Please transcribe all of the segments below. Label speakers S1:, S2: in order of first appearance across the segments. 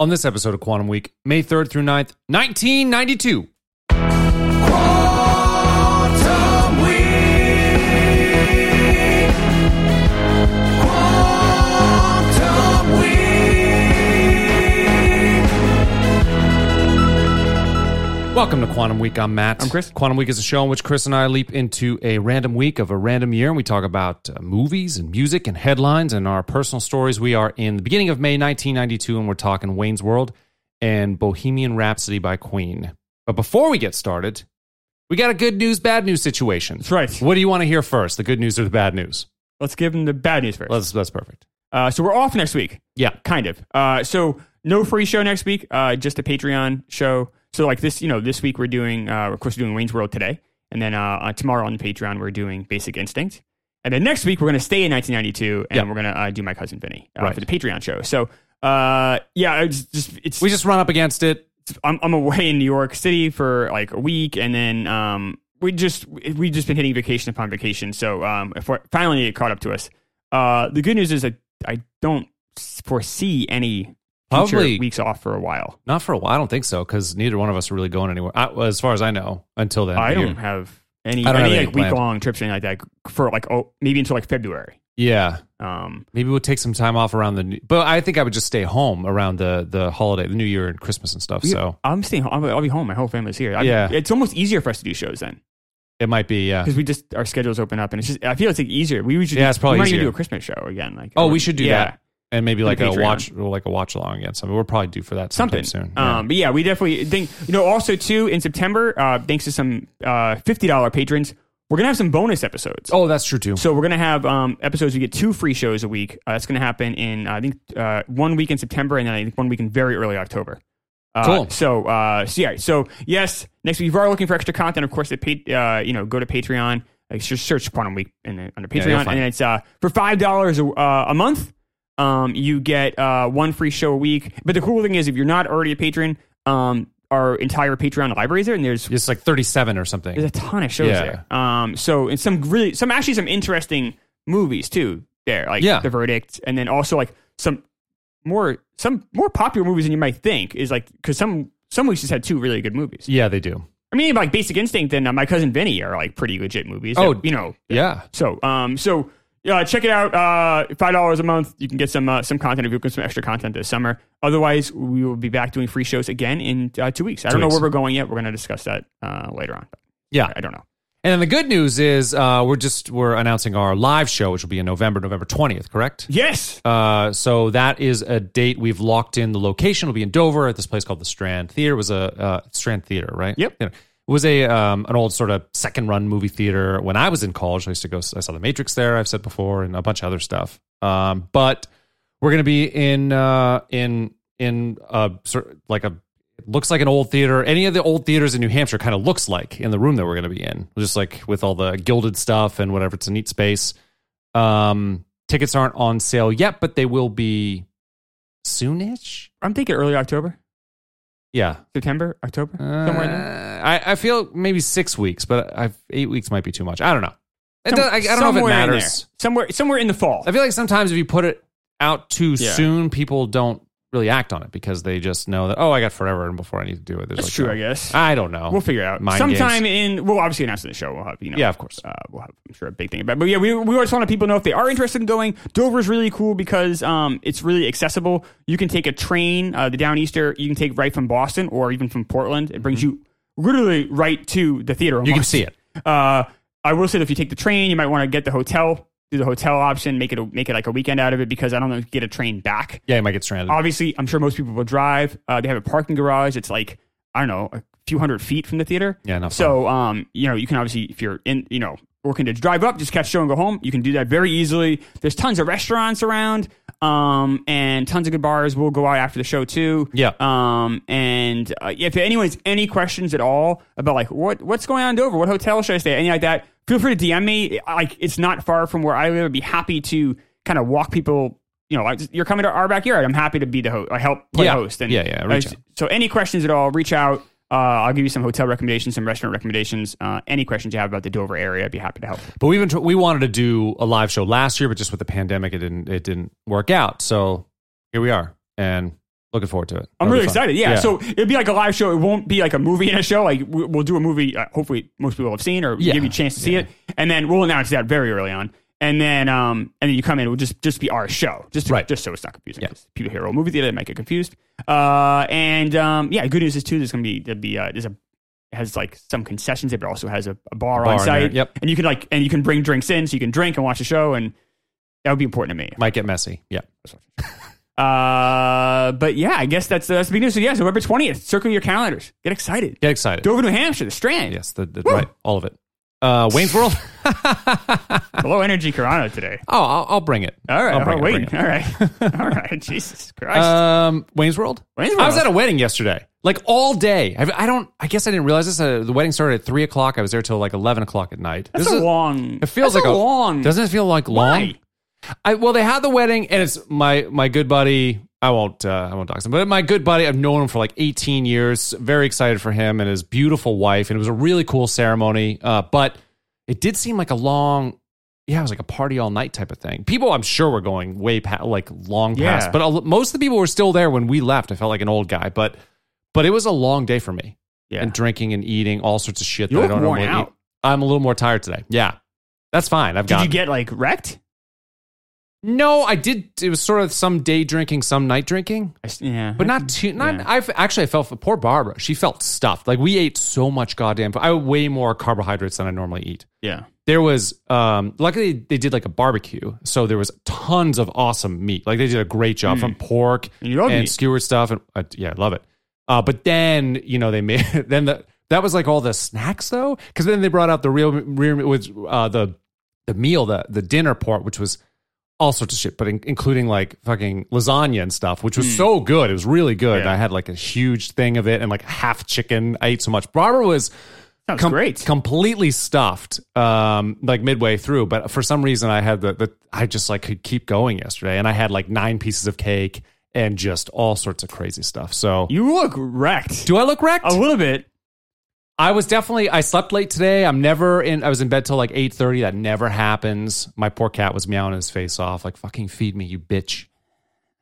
S1: on this episode of Quantum Week, May 3rd through 9th, 1992. Welcome to Quantum Week. I'm Matt. I'm
S2: Chris.
S1: Quantum Week is a show in which Chris and I leap into a random week of a random year, and we talk about uh, movies and music and headlines and our personal stories. We are in the beginning of May 1992, and we're talking Wayne's World and Bohemian Rhapsody by Queen. But before we get started, we got a good news, bad news situation.
S2: That's right.
S1: What do you want to hear first, the good news or the bad news?
S2: Let's give them the bad news first.
S1: Well, that's, that's perfect.
S2: Uh, so we're off next week,
S1: Yeah.
S2: kind of. Uh, so no free show next week, uh, just a Patreon show. So like this, you know, this week we're doing, uh, of course, we're doing Wayne's World today, and then uh, uh, tomorrow on the Patreon we're doing Basic Instinct, and then next week we're going to stay in 1992, and
S1: Yeah.
S2: we're going to uh, do My Cousin Vinny uh,
S1: Right.
S2: for the Patreon show. So uh, yeah, it's just it's
S1: We just run up against it.
S2: I'm, I'm away in New York City for like a week, and then um, we just we just been hitting vacation upon vacation. So um, if we're, finally it caught up to us. Uh, the good news is that I don't foresee any future
S1: Probably-
S2: weeks off for a while.
S1: Not for a while. I don't think so because neither one of us are really going anywhere, I, well, as far as I know, until then.
S2: I don't have any
S1: I don't have
S2: any
S1: any
S2: like
S1: planned.
S2: week long trips or anything like that for like oh maybe until like February.
S1: Yeah.
S2: Um,
S1: Maybe we'll take some time off around the. New, but I think I would just stay home around the the holiday, the New Year and Christmas and stuff. So
S2: I'm staying. Home. I'll, I'll be home. My whole family's here. I-
S1: Yeah.
S2: it's almost easier for us to do shows then
S1: it might be. Yeah.
S2: because we just our schedules open up, and it's just I feel it's like easier. We should
S1: Yeah, it's probably
S2: we might even
S1: easier.
S2: do a Christmas show again. Like
S1: Oh,
S2: or-
S1: we should do
S2: yeah.
S1: that, and maybe like a
S2: Patreon.
S1: watch, or like a watch along again. So we're probably due for that sometime
S2: something
S1: soon. Yeah.
S2: Um, but yeah, we definitely think you know. Also, too, in September, uh, thanks to some uh, fifty dollar patrons, we're gonna have some bonus episodes.
S1: oh, that's true too.
S2: So we're gonna have um, episodes. We get two free shows a week. Uh, that's gonna happen in uh, I think uh, one week in September, and then I think one week in very early October. Uh,
S1: Cool.
S2: So, uh, so yeah. So yes, next week if you are looking for extra content, of course, at pa- uh, you know, go to Patreon. Like, just search Quantum Week in the, under
S1: Yeah,
S2: Patreon,
S1: you'll
S2: and
S1: find it.
S2: it's uh, for five dollars uh, a month. Um, you get uh, one free show a week. But the cool thing is, if you're not already a patron, um, our entire Patreon library is there, and there's
S1: It's like thirty seven or something.
S2: there's a ton of shows
S1: Yeah.
S2: there. Um, so and some really some actually some interesting movies too there, like
S1: Yeah.
S2: The Verdict, and then also like some more some more popular movies than you might think is like because some some weeks just had two really good movies.
S1: yeah, they do.
S2: I mean, like Basic Instinct and uh, My Cousin Vinny are like pretty legit movies.
S1: Oh,
S2: that, you know,
S1: Yeah.
S2: so um, so yeah, check it out. Uh, Five dollars a month, you can get some uh, some content if you get some extra content this summer. Otherwise, we will be back doing free shows again in uh, two weeks. I
S1: Two
S2: don't know
S1: weeks. Ah.
S2: where we're going yet. We're going to discuss that uh, later on.
S1: Yeah.
S2: I don't know.
S1: And then the good news is uh, we're just we're announcing our live show, which will be in November, November twentieth, correct?
S2: Yes,
S1: Uh, so that is a date we've locked in. The location will be in Dover at this place called the Strand Theater. It was a uh, Strand Theater, right?
S2: Yep.
S1: Theater. It was a um, an old sort of second run movie theater. When I was in college, I used to go. I saw The Matrix there. I've said before, and a bunch of other stuff. Um, but we're gonna be in uh, in in uh, sort like a it looks like an old theater. Any of the old theaters in New Hampshire kind of looks like in the room that we're gonna be in, just like with all the gilded stuff and whatever. It's a neat space. Um, tickets aren't on sale yet, but they will be soonish.
S2: I'm thinking early October,
S1: Yeah,
S2: September, October, somewhere in there.
S1: Uh, I, I feel maybe six weeks, but I've, eight weeks might be too much. I don't know. It
S2: Some-
S1: does, I, I don't know if it
S2: somewhere in
S1: matters.
S2: there. Somewhere, somewhere in the fall.
S1: I feel like sometimes if you put it out too
S2: Yeah.
S1: soon, people don't really act on it because they just know that oh, I got forever and before I need to do it. There's
S2: That's
S1: like
S2: true,
S1: no-
S2: I guess.
S1: I don't know.
S2: we'll figure it out.
S1: Mind
S2: Sometime in, we'll obviously announce it in the show. We'll have, you know,
S1: Yeah, of course.
S2: uh, we'll have, I'm sure, a big thing about. it. But yeah, we we always want to let people know if they are interested in going. Dover's really cool because um, it's really accessible. You can take a train, uh, the Down Easter. You can take right from Boston or even from Portland. It brings you literally right to the theater.
S1: Mm-hmm. You can see it.
S2: Uh, I will say that if you take the train, you might want to get the hotel, do the hotel option, make it a, make it like a weekend out of it because I don't know if you get a train back.
S1: Yeah, you might get stranded.
S2: Obviously, I'm sure most people will drive. Uh, they have a parking garage. It's like I don't know a few hundred feet from the theater.
S1: Yeah, not
S2: So um, you know, you can obviously if you're in, you know, working to drive up, just catch show and go home. You can do that very easily. There's tons of restaurants around, um, and tons of good bars. We'll go out after the show too.
S1: Yeah.
S2: Um, and uh, if anyone's any questions at all about like what what's going on in Dover, what hotel should I stay, at, anything like that, feel free to DM me. I- Like it's not far from where I live. I'd be happy to kind of walk people. You know, like, you're coming to our backyard. I'm happy to be the host. I help play
S1: Yeah.
S2: host. And
S1: Yeah, yeah, reach
S2: uh,
S1: out.
S2: so any questions at all, reach out. Uh, I'll give you some hotel recommendations, some restaurant recommendations. Uh, any questions you have about the Dover area, I'd be happy to help.
S1: But we've been tr- we wanted to do a live show last year, but just with the pandemic, it didn't it didn't work out. So here we are, and Looking forward to it.
S2: I'm
S1: That'll
S2: really
S1: be fun.
S2: excited. Yeah. So it'll be like a live show. It won't be like a movie and a show. Like we- we'll do a movie. Uh, hopefully most people have seen or
S1: Yeah.
S2: give you a chance to see it. And then we'll announce that very early on. And then, um, and then you come in. It will just just be our show, just to,
S1: Right.
S2: just so it's not confusing.
S1: Yeah.
S2: 'Cause People hear old movie theater, they might get confused. Uh, and um, yeah, good news is too. There's gonna be there'll be uh, there's a it has like some concessions. It also has a, a bar,
S1: Bar
S2: on
S1: in there.
S2: site.
S1: Yep.
S2: And you can like and you can bring drinks in, so you can drink and watch the show. And that would be important to me.
S1: Might get messy. Yeah.
S2: Uh, but yeah, I guess that's that's the big news. So yeah, November twentieth. Circle your calendars. Get excited.
S1: Get excited.
S2: Dover, New Hampshire, the Strand.
S1: yes. The, the- right. All of it. Uh, Wayne's World.
S2: Low energy Corano today.
S1: Oh, I'll, I'll bring it.
S2: All right,
S1: I'll bring
S2: oh,
S1: it, bring
S2: wait. All right, all right. Jesus Christ.
S1: Um, Wayne's World.
S2: Wayne's
S1: I was at
S2: World.
S1: a wedding yesterday, like all day. I, I don't. I guess I didn't realize this. Uh, the wedding started at three o'clock. I was there till like eleven o'clock at night.
S2: that's
S1: this
S2: a
S1: is-
S2: long.
S1: It feels
S2: that's
S1: like a,
S2: long.
S1: Doesn't it feel like long?
S2: Why?
S1: I, well, they had the wedding, and it's my my good buddy. I won't uh, I won't dox him, but my good buddy. I've known him for like 18 years. Very excited for him and his beautiful wife, and it was a really cool ceremony. Uh, but it did seem like a long, yeah, it was like a party all night type of thing. People, I'm sure, were going way past, like long
S2: Yeah.
S1: past. But a, most of the people were still there when we left. I felt like an old guy, but but it was a long day for me.
S2: Yeah.
S1: and drinking and eating all sorts of shit
S2: You
S1: that I
S2: look
S1: don't
S2: worn
S1: normally
S2: out.
S1: eat. I'm a little more tired today. Yeah, that's fine. I've
S2: Did
S1: got
S2: you get like wrecked?
S1: no, I did. It was sort of some day drinking, some night drinking,
S2: I s- yeah,
S1: but not too. Not
S2: Yeah.
S1: I've actually I felt for poor Barbara. She felt stuffed. Like we ate so much goddamn. I way more carbohydrates than I normally eat.
S2: yeah.
S1: There was um luckily they did like a barbecue, so there was tons of awesome meat. Like they did a great job from pork
S2: Mm. You love
S1: and
S2: meat.
S1: skewer stuff, and uh, yeah, I love it. Uh, but then you know they made then the that was like all the snacks though, because then they brought out the real rear was uh, the the meal the the dinner part, which was all sorts of shit, but in, including like fucking lasagna and stuff, which was so good. It was really good.
S2: Mm. Yeah.
S1: I had like a huge thing of it and like half chicken. I ate so much. Barbara was
S2: Sounds
S1: com-
S2: great.
S1: completely stuffed um like midway through but for some reason i had the, the i just like could keep going yesterday and i had like nine pieces of cake and just all sorts of crazy stuff so
S2: you look wrecked.
S1: do i look wrecked
S2: a little bit.
S1: i was definitely i slept late today i'm never in i was in bed till like 8.30 that never happens my poor cat was meowing his face off like fucking feed me you bitch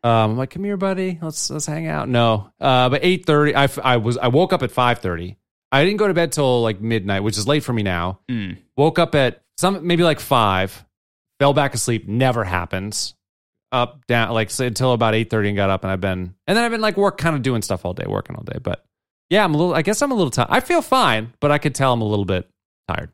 S1: um, I'm like, come here, buddy. Let's let's hang out. No, uh, but eight thirty. I, f- I was I woke up at five thirty. I didn't go to bed till like midnight, which is late for me now
S2: Mm.
S1: woke up at some maybe like five fell back asleep never happens up down like so until about 8.30 and got up and i've been and then i've been like work kind of doing stuff all day working all day but yeah i'm a little i guess i'm a little tired i feel fine but i could tell i'm a little bit tired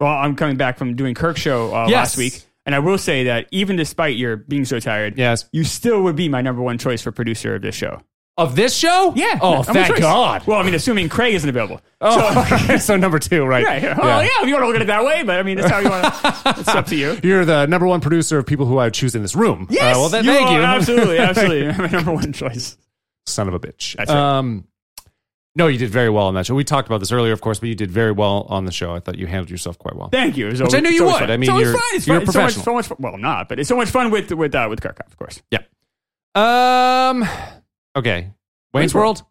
S2: Well, I'm coming back from doing Kirk show uh,
S1: Yes.
S2: last week, and I will say that even despite your being so tired,
S1: yes
S2: you still would be my number one choice for producer of this show.
S1: of this show
S2: Yeah.
S1: oh
S2: I'm a
S1: thank
S2: choice.
S1: god
S2: Well, I mean, assuming Craig isn't available.
S1: oh so, number two right
S2: Yeah. yeah. Well, yeah. If you want to look at it that way, but I mean, it's how you want to. it's up to you.
S1: you're the number one producer of people who i would choose in this room
S2: Yes.
S1: Uh, well then, thank
S2: are
S1: you
S2: Absolutely. Absolutely. my number one choice.
S1: son of a bitch.
S2: That's right.
S1: Um, no, you did very well on that show. We talked about this earlier, of course, but you did very well on the show. I thought you handled yourself quite well.
S2: Thank you. It's
S1: Which I
S2: always-
S1: knew
S2: it's
S1: you
S2: always
S1: would.
S2: fun.
S1: I mean,
S2: it's always
S1: you're-
S2: fun. It's
S1: you're a
S2: fun. It's so much,
S1: professional.
S2: so much fun. Well, not, but it's so much fun with with uh, with Kirk, of course.
S1: Um, okay, Wayne's
S2: Wayne's
S1: World.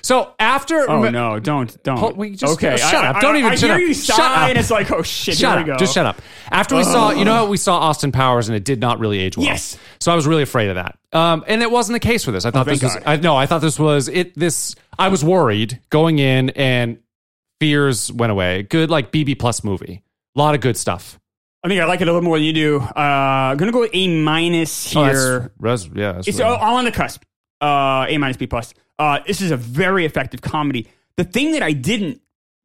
S1: So after,
S2: Oh
S1: me-
S2: no! Don't don't.
S1: Hold- we just-
S2: okay.
S1: shut
S2: I,
S1: up.
S2: I-
S1: Don't
S2: I-
S1: even-
S2: I
S1: shut
S2: hear
S1: up.
S2: you
S1: Shut
S2: sigh,
S1: up.
S2: and it's like, oh shit.
S1: shut up,
S2: here we go. Oh.
S1: just shut up. After we saw, you know what we saw Austin Powers, and it did not really age well.
S2: Yes. Oh,
S1: So I was really afraid of that. Um, and it wasn't the case for this. I thought
S2: thank
S1: this was.
S2: God.
S1: I, no, I thought this was it. This I was worried going in, and fears went away. Good, like BB plus movie. A lot of good stuff.
S2: I think I like it a little more than you do. Uh, gonna go with a minus
S1: Oh,
S2: here.
S1: that's- res- yeah, that's
S2: It's
S1: really-
S2: all all on the cusp. Uh, a minus B plus. Uh, this is a very effective comedy. The thing that I didn't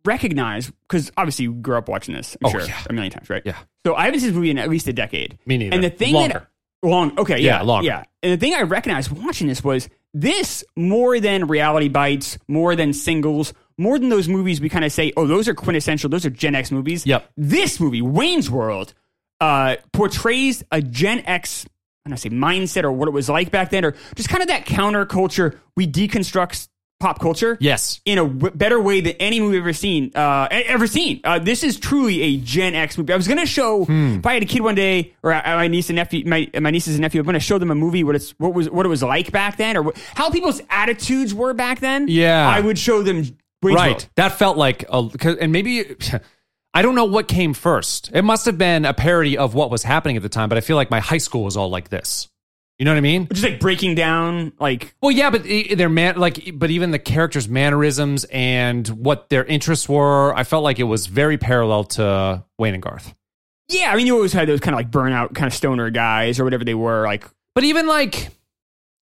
S2: recognize because obviously you grew up watching this. I'm
S1: Oh,
S2: sure
S1: yeah.
S2: a million times, right?
S1: Yeah.
S2: So I haven't seen this movie in at least a decade.
S1: Me neither.
S2: And the thing
S1: Longer.
S2: that long, okay,
S1: Yeah,
S2: yeah,
S1: longer.
S2: yeah. And the thing I recognized watching this was this more than reality bites, more than singles, more than those movies we kind of say, oh, those are quintessential, those are Gen X movies.
S1: Yep.
S2: This movie, Wayne's World, uh, portrays a Gen X, I don't say mindset or what it was like back then, or just kind of that counterculture. We deconstruct pop culture
S1: yes.
S2: in a w- better way than any movie I've ever seen. Uh, e- ever seen. Uh, this is truly a Gen X movie. I was gonna show
S1: Hmm.
S2: if I had a kid one day, or I, my niece and nephew, my, my nieces and nephew. I'm gonna show them a movie what it's what was what it was like back then, or what, how people's attitudes were back then.
S1: Yeah.
S2: I would show them. Wayne's
S1: Right.
S2: World.
S1: That felt like a 'cause- and maybe I don't know what came first. It must have been a parody of what was happening at the time, but I feel like my high school was all like this. You know what I mean?
S2: Just like breaking down, like
S1: Well, yeah, but i- their man, like, e, but even the characters' mannerisms and what their interests were, I felt like it was very parallel to Wayne and Garth.
S2: yeah. I mean, you always had those kind of like burnout kind of stoner guys or whatever they were. Like
S1: But even like,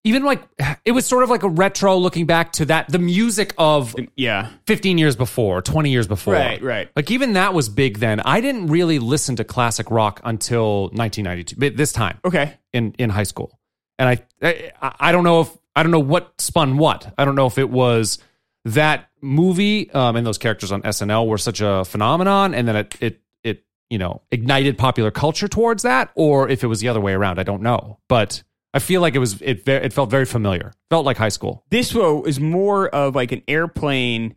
S1: even like, it was sort of like a retro looking back to that the music of
S2: yeah,
S1: 15 years before, 20 years before.
S2: Right, right.
S1: Like even that was big then. I didn't really listen to classic rock until 1992, but this time
S2: okay,
S1: in in high school. And I, I I don't know if I don't know what spun what. I don't know if it was that movie um, and those characters on SNL were such a phenomenon, and then it it it you know ignited popular culture towards that, or if it was the other way around. I don't know, but I feel like it was it ve- it felt very familiar. Felt like high school.
S2: this though is more of like an airplane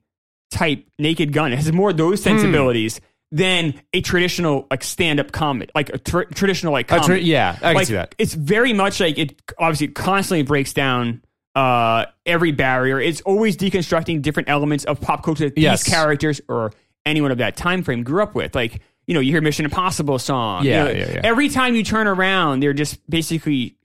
S2: type Naked Gun. It has more of those
S1: Hmm.
S2: sensibilities than a traditional like stand up comedy, like a tr- traditional like
S1: A tr-
S2: comedy.
S1: yeah, I can
S2: like,
S1: see that.
S2: It's very much like it obviously constantly breaks down uh, every barrier. It's always deconstructing different elements of pop culture that
S1: Yes.
S2: these characters or anyone of that time frame grew up with. Like, you know, you hear Mission Impossible song. you
S1: Yeah,
S2: know,
S1: yeah, yeah.
S2: Every time you turn around, they're just basically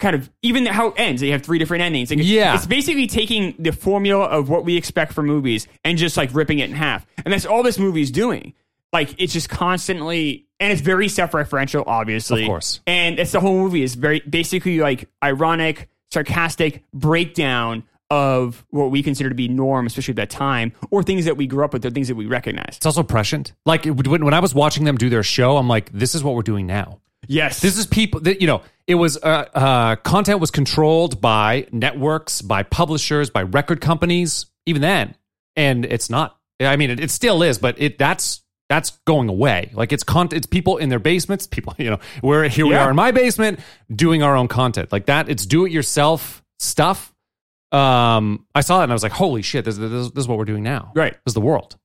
S2: kind of even how it ends. They have three different endings. Like,
S1: Yeah.
S2: it's basically taking the formula of what we expect from movies and just like ripping it in half. And that's all this movie's doing. Like it's just constantly, and it's very self-referential, obviously.
S1: Of course.
S2: And it's the whole movie is very basically like ironic, sarcastic breakdown of what we consider to be norm, especially at that time, or things that we grew up with, or things that we recognize.
S1: It's also prescient. Like it would- when, when I was watching them do their show, I'm like, this is what we're doing now.
S2: Yes,
S1: This is people that you know. It was uh, uh, content was controlled by networks, by publishers, by record companies. Even then, and it's not. I mean, it, it still is, but it that's that's going away. Like it's con- it's people in their basements. People, you know, where here we
S2: Yeah.
S1: are in my basement doing our own content like that. It's do it yourself stuff. Um, I saw that and I was like, holy shit, this, this, this is what we're doing now.
S2: Right.
S1: this is the world.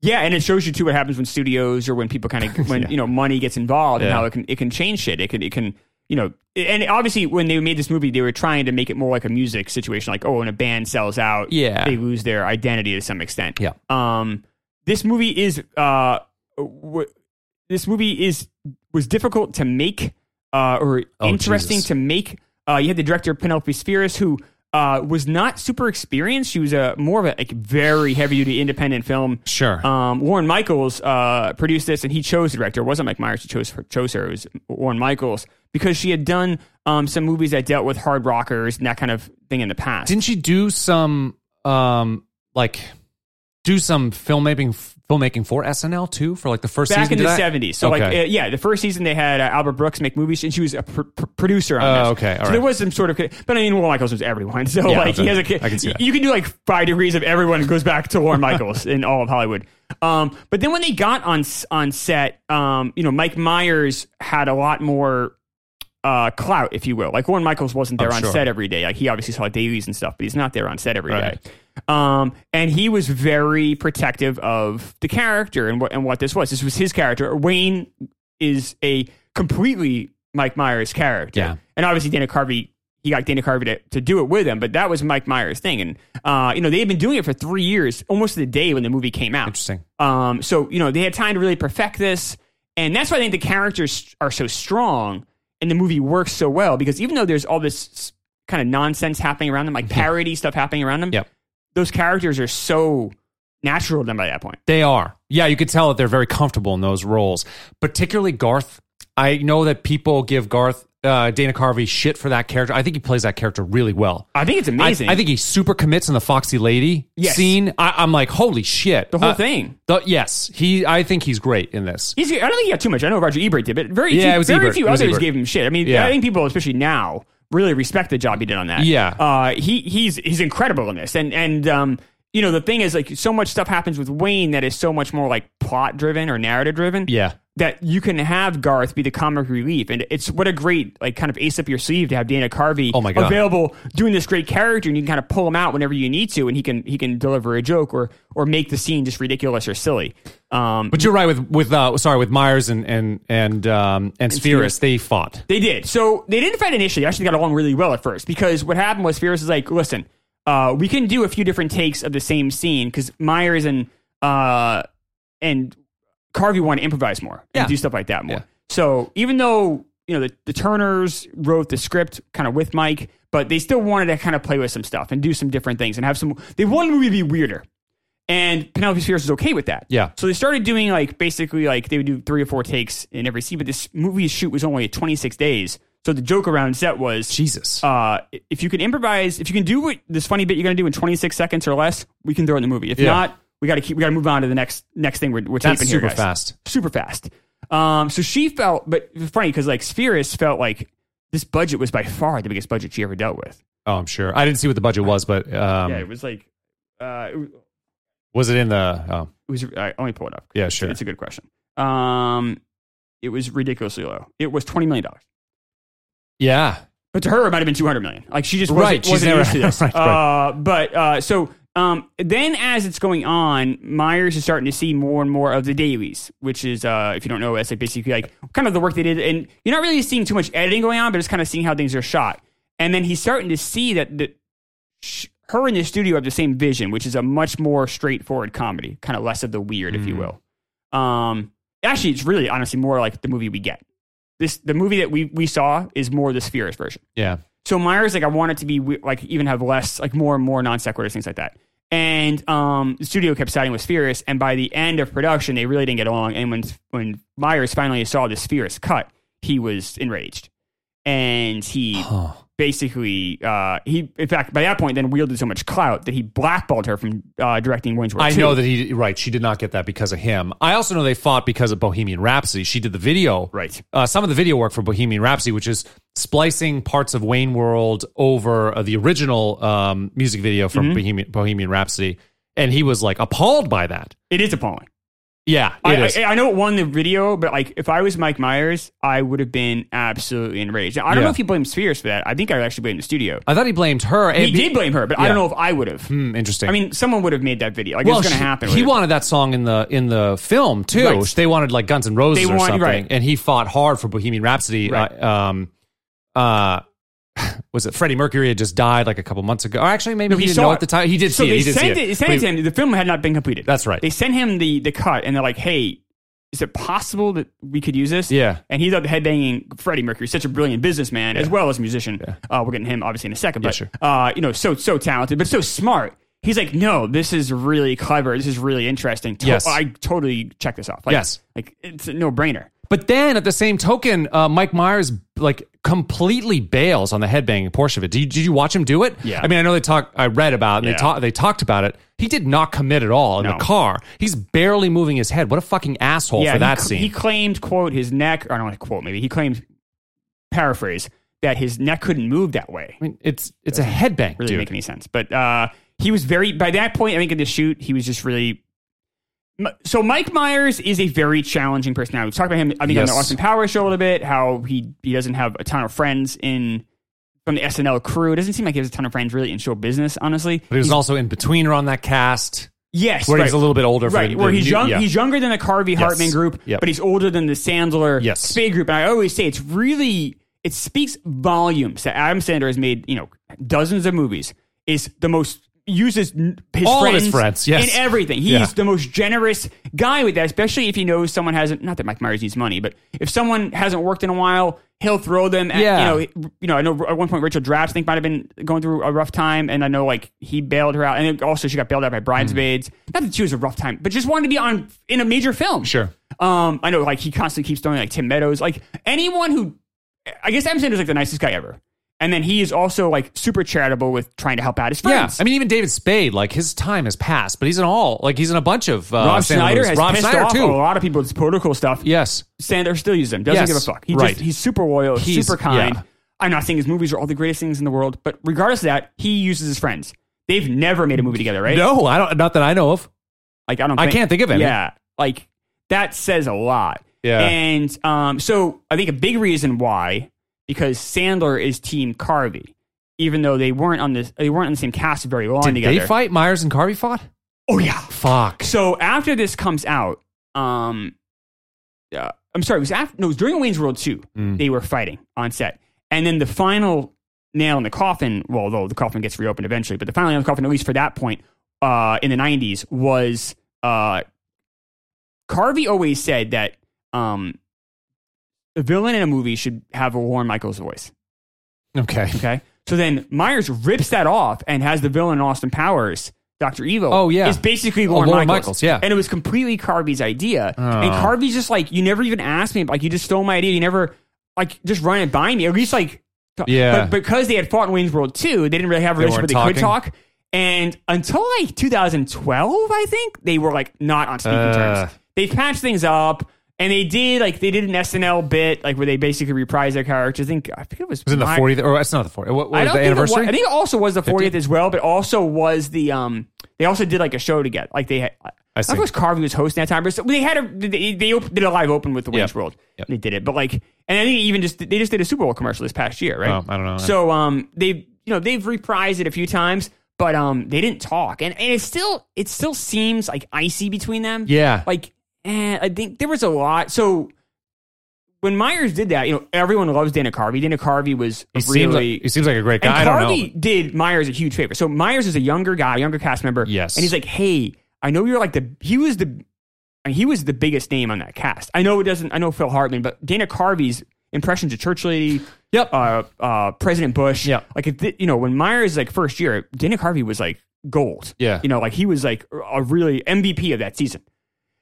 S2: Yeah, and it shows you too what happens when studios or when people kind of when you know money gets involved and
S1: Yeah.
S2: how it can it can change shit. It can it can you know and obviously when they made this movie they were trying to make it more like a music situation like oh when a band sells out
S1: Yeah.
S2: they lose their identity to some extent.
S1: Yeah.
S2: Um this movie is uh w- this movie is was difficult to make uh or
S1: Oh,
S2: interesting
S1: Jesus.
S2: to make. Uh you had the director Penelope Spheris who uh, was not super experienced. She was a more of a like very heavy duty independent film
S1: Sure.
S2: um, Warren Michaels uh, produced this, and he chose the director. It wasn't Mike Myers who chose her, chose her. It was Warren Michaels because she had done um, some movies that dealt with hard rockers and that kind of thing in the past.
S1: didn't she do some um like do some filmmaking filmmaking for SNL too for like the first
S2: Back
S1: season?
S2: in the
S1: Did I-
S2: seventies, so like
S1: Okay.
S2: uh, yeah, the first season they had uh, Albert Brooks make movies, and she was a pr- pr- producer on
S1: Oh,
S2: this.
S1: okay, all
S2: so
S1: right.
S2: there was some sort of, but I mean, Warren Michaels was everyone. So
S1: Yeah,
S2: like he has a,
S1: I can see that.
S2: you can do like five degrees of everyone goes back to Warren Michaels in all of Hollywood. Um, but then when they got on s- on set, um, you know, Mike Myers had a lot more uh, clout, if you will. Like Warren Michaels wasn't there
S1: Oh,
S2: on
S1: sure.
S2: set every day. Like he obviously saw dailies and stuff, but he's not there on set every day.
S1: Right.
S2: Um, and he was very protective of the character and what and what this was. This was his character. Wayne is a completely Mike Myers character.
S1: Yeah.
S2: And obviously Dana Carvey, he got Dana Carvey to, to do it with him, but that was Mike Myers' thing. And uh, you know, they had been doing it for three years, almost to the day when the movie came out.
S1: Interesting.
S2: Um, so you know they had time to really perfect this, and that's why I think the characters are so strong and the movie works so well because even though there's all this kind of nonsense happening around them, like parody stuff happening around them,
S1: Yep.
S2: those characters are so natural to them by that point.
S1: They are. Yeah, you could tell that they're very comfortable in those roles, particularly Garth. I know that people give Garth uh, Dana Carvey shit for that character. I think he plays that character really well.
S2: I think it's
S1: I,
S2: amazing.
S1: I think he super commits in the Foxy Lady
S2: Yes.
S1: scene. I, I'm like, holy shit!
S2: the whole
S1: Uh,
S2: thing.
S1: the- yes, he. I think he's great in this.
S2: He's, I don't think he got too much. I know Roger Ebert did, but very
S1: Yeah,
S2: few,
S1: it was
S2: very
S1: Ebert.
S2: few
S1: It was
S2: others
S1: Ebert.
S2: gave him shit. I mean,
S1: Yeah.
S2: I think people, especially now, really respect the job he did on that.
S1: Yeah.
S2: uh, he he's he's incredible in this, and and um, you know, the thing is, like, so much stuff happens with Wayne that is so much more like plot driven or narrative driven.
S1: Yeah.
S2: that you can have Garth be the comic relief, and it's what a great like kind of ace up your sleeve to have Dana Carvey
S1: Oh my God.
S2: available doing this great character, and you can kind of pull him out whenever you need to, and he can he can deliver a joke or or make the scene just ridiculous or silly. Um,
S1: But you're right with with uh, sorry with Myers and and and um, and Spheris. They fought.
S2: They did. So they didn't fight initially. They Actually, got along really well at first because what happened was Fierce is like, listen, uh, we can do a few different takes of the same scene because Myers and uh, and Carvey want to improvise more and
S1: Yeah.
S2: do stuff like that more.
S1: Yeah.
S2: So even though you know the, the Turners wrote the script kind of with Mike, but they still wanted to kind of play with some stuff and do some different things and have some. They wanted the movie to be weirder, and Penelope Spheres was okay with that.
S1: Yeah.
S2: So they started doing like basically like they would do three or four takes in every scene, but this movie shoot was only 26 days. So the joke around set was
S1: Jesus.
S2: uh, if you can improvise, if you can do what, this funny bit you're going to do in 26 seconds or less, we can throw it in the movie. If
S1: Yeah.
S2: not, we got to keep, we got to move on to the next next thing we're, we're
S1: That's
S2: taping here,
S1: super
S2: guys.
S1: fast.
S2: super fast. Um, so she felt, but it's funny because like Spheris felt like this budget was by far the biggest budget she ever dealt with.
S1: Oh, I'm sure. I didn't see what the budget was, but um,
S2: yeah, it was like, uh, it
S1: was it in the? Oh,
S2: was. I only pull it up.
S1: yeah, sure.
S2: It's a good question. Um, it was ridiculously low. It was twenty million dollars.
S1: Yeah,
S2: But to her, it might have been two hundred million. Like she just wasn't,
S1: Right, she's
S2: wasn't
S1: never-
S2: used to this.
S1: right,
S2: Uh, but uh, so um, then, as it's going on, Myers is starting to see more and more of the dailies, which is uh, if you don't know, it's like basically like kind of the work they did, and you're not really seeing too much editing going on, but it's kind of seeing how things are shot. And then he's starting to see that the, sh- her and the studio have the same vision, which is a much more straightforward comedy, kind of less of the weird,
S1: Mm.
S2: if you will. Um, actually, it's really honestly more like the movie we get. This the movie that we we saw is more the Spheres version.
S1: yeah.
S2: So Myers, like, I want it to be we- like even have less, like more and more non sequiturs, things like that. And um, the studio kept siding with Spheris, and by the end of production, they really didn't get along. And when when Myers finally saw the Spheris cut, he was enraged, and he
S1: Huh.
S2: basically uh, he in fact by that point then wielded so much clout that he blackballed her from uh, directing Wayne's World.
S1: I
S2: 2.
S1: know that he right. She did not get that because of him. I also know they fought because of Bohemian Rhapsody. She did the video,
S2: Right.
S1: Uh, some of the video work for Bohemian Rhapsody, which is splicing parts of Wayne World over uh, the original um, music video from
S2: Mm-hmm.
S1: Bohemian, Bohemian Rhapsody, and he was like appalled by that.
S2: it is appalling.
S1: Yeah, it
S2: I,
S1: is.
S2: I, I know it won the video, but like if I was Mike Myers, I would have been absolutely enraged. Now, I don't
S1: Yeah.
S2: know if he blamed Spheres for that. I think I actually blamed the studio.
S1: I thought he blamed her. and
S2: He did blame her, but I
S1: Yeah.
S2: don't know if I would have.
S1: Hmm, interesting.
S2: I mean, someone would have made that video. Like it's going to
S1: she-
S2: happen.
S1: He
S2: right?
S1: wanted that song in the in the film too.
S2: Right.
S1: They wanted like Guns N' Roses
S2: They
S1: or
S2: want-
S1: something,
S2: right.
S1: and he fought hard for Bohemian Rhapsody.
S2: Right.
S1: Uh, um, uh, was it Freddie Mercury had just died like a couple months ago? Or actually, maybe he,
S2: he
S1: didn't
S2: saw
S1: know
S2: it.
S1: at the time. He did
S2: so
S1: see
S2: they
S1: it. He did see
S2: sent
S1: it.
S2: it. They sent it to him. The film had not been completed.
S1: That's right.
S2: They sent him the the cut, and they're like, "Hey, is it possible that we could use this?"
S1: Yeah.
S2: And he thought the headbanging Freddie Mercury, such a brilliant businessman as well as musician. Uh, we're getting him obviously in a second, but
S1: sure.
S2: uh, you know, so so talented, but so smart. He's like, "No, this is really clever. This is really interesting. To-
S1: Yes.
S2: I totally check this off. Like,
S1: Yes.
S2: like it's a no brainer."
S1: But then at the same token, uh, Mike Myers like completely bails on the headbanging portion of it. Did you, did you watch him do it?
S2: Yeah.
S1: I mean, I know they talk. I read about it and
S2: Yeah.
S1: they talked. They talked about it. He did not commit at all in
S2: No.
S1: the car. He's barely moving his head. What a fucking asshole for
S2: he
S1: that
S2: cl-
S1: scene.
S2: He claimed, quote, his neck, or I don't want to quote, maybe he claimed, paraphrase, that his neck couldn't move that way.
S1: I mean, it's it's a headbang,
S2: Really
S1: dude.
S2: make any sense. But uh, he was very, by that point, I think in the shoot, he was just really. M- So Mike Myers is a very challenging personality. We've talked about him, I think, on
S1: Yes.
S2: the Austin Powers show a little bit, how he, he doesn't have a ton of friends in from the SNL crew. It doesn't seem like he has a ton of friends really in show business, honestly.
S1: But he was also in betweener on that cast,
S2: Yes,
S1: where
S2: right.
S1: he's a little bit older. for
S2: Right,
S1: the-
S2: where
S1: the
S2: he's
S1: new-
S2: young,
S1: yeah.
S2: he's younger than the Carvey Hartman group,
S1: Yep.
S2: but he's older than the Sandler
S1: Yes.
S2: Spade group. And I always say it's really it speaks volumes that Adam Sandler has made, you know, dozens of movies. Is the most uses n- his
S1: All of
S2: friends,
S1: his friends, yes.
S2: in everything. He's
S1: Yeah.
S2: the most generous guy with that, especially if he knows someone hasn't. Not that Mike Myers needs money, but if someone hasn't worked in a while, he'll throw them. At,
S1: Yeah.
S2: you know, you know, I know at one point Rachel Drapps I think might have been going through a rough time, and I know like he bailed her out, and then also she got bailed out by bridesmaids.
S1: Mm.
S2: Not that she was a rough time, but just wanted to be on in a major film.
S1: Sure.
S2: Um, I know like he constantly keeps throwing like Tim Meadows, like anyone who, I guess Adam Sandler's like the nicest guy ever, and then he is also like super charitable with trying to help out his
S1: Yeah,
S2: friends.
S1: I mean, even David Spade, like his time has passed, but he's in all like he's in a bunch of uh,
S2: Rob
S1: Sandler
S2: Schneider
S1: movies.
S2: has
S1: Rob
S2: pissed
S1: Schneider
S2: off
S1: too.
S2: a lot of people with his political stuff.
S1: Yes,
S2: Sandler still uses him. Doesn't
S1: Yes,
S2: give a fuck. He
S1: right.
S2: just he's super loyal,
S1: He's-
S2: super kind.
S1: yeah.
S2: I'm not saying his movies are all the greatest things in the world, but regardless of that, he uses his friends. They've never made a movie together, right?
S1: no, I don't. Not that I know of.
S2: Like I don't.
S1: I can't think of any.
S2: Yeah, like that says a lot.
S1: Yeah.
S2: and um, so I think a big reason why because Sandler is Team Carvey, even though they weren't on this, they weren't on the same cast very long
S1: Did
S2: together.
S1: they fight? Myers and Carvey fought.
S2: oh yeah,
S1: Fuck.
S2: so after this comes out, um, uh, I'm sorry, it was after, no, it was during Wayne's World 2, they were fighting on set. And then the final nail in the coffin, well, though the coffin gets reopened eventually, but the final nail in the coffin, at least for that point, uh, in the 90s, was uh, Carvey always said that um, the villain in a movie should have a Lauren Michaels voice.
S1: Okay.
S2: Okay. So then Myers rips that off and has the villain Austin Powers, Dr. Evil.
S1: Oh, yeah.
S2: Is basically Lauren,
S1: Lorne
S2: Michaels.
S1: Michaels, yeah. Oh.
S2: And it was completely Carvey's idea. And Carvey's just like, you never even asked me, like, you just stole my idea. You never, like, just run it by me. At least, like,
S1: Yeah.
S2: But because they had fought in Wayne's World 2, they didn't really have a relationship, but they
S1: weren't
S2: could talk. And until like 2012, I think, they were like not on speaking
S1: Uh.
S2: terms. They patched things up. And they did like they did an SNL bit like where they basically reprised their characters. I think I think it was,
S1: was in the
S2: My-
S1: 40th, or it's not the 40th. What, what was the
S2: think it wa-
S1: anniversary?
S2: I think it also was the 40th as well, but also was the um. They also did like a show together. Like they had. I,
S1: see.
S2: think it was Carvey was hosting that time, but so they had a they, they op- did a live open with the Wayne's
S1: Yep.
S2: World.
S1: Yep.
S2: They did it, but like, and I think even just they just did a Super Bowl commercial this past year, right?
S1: Oh, I don't know.
S2: So um, they you know they've reprised it a few times, but um, they didn't talk, and and it still it still seems like icy between them.
S1: yeah.
S2: Like, eh, I think there was a lot. So when Myers did that, you know, everyone loves Dana Carvey. Dana Carvey was
S1: he,
S2: really
S1: seems like, he seems like a great guy. I
S2: and
S1: don't know.
S2: Carvey did Myers a huge favor. So Myers is a younger guy, younger cast member.
S1: Yes.
S2: and he's like, "Hey, I know you're like the he was the I mean, he was the biggest name on that cast. I know it doesn't. I know Phil Hartman, but Dana Carvey's impressions of Church Lady.
S1: Yep.
S2: Uh, uh, President Bush.
S1: Yep.
S2: Like it, did- you know, when Myers like first year, Dana Carvey was like gold.
S1: Yeah.
S2: You know, like he was like a really MVP of that season.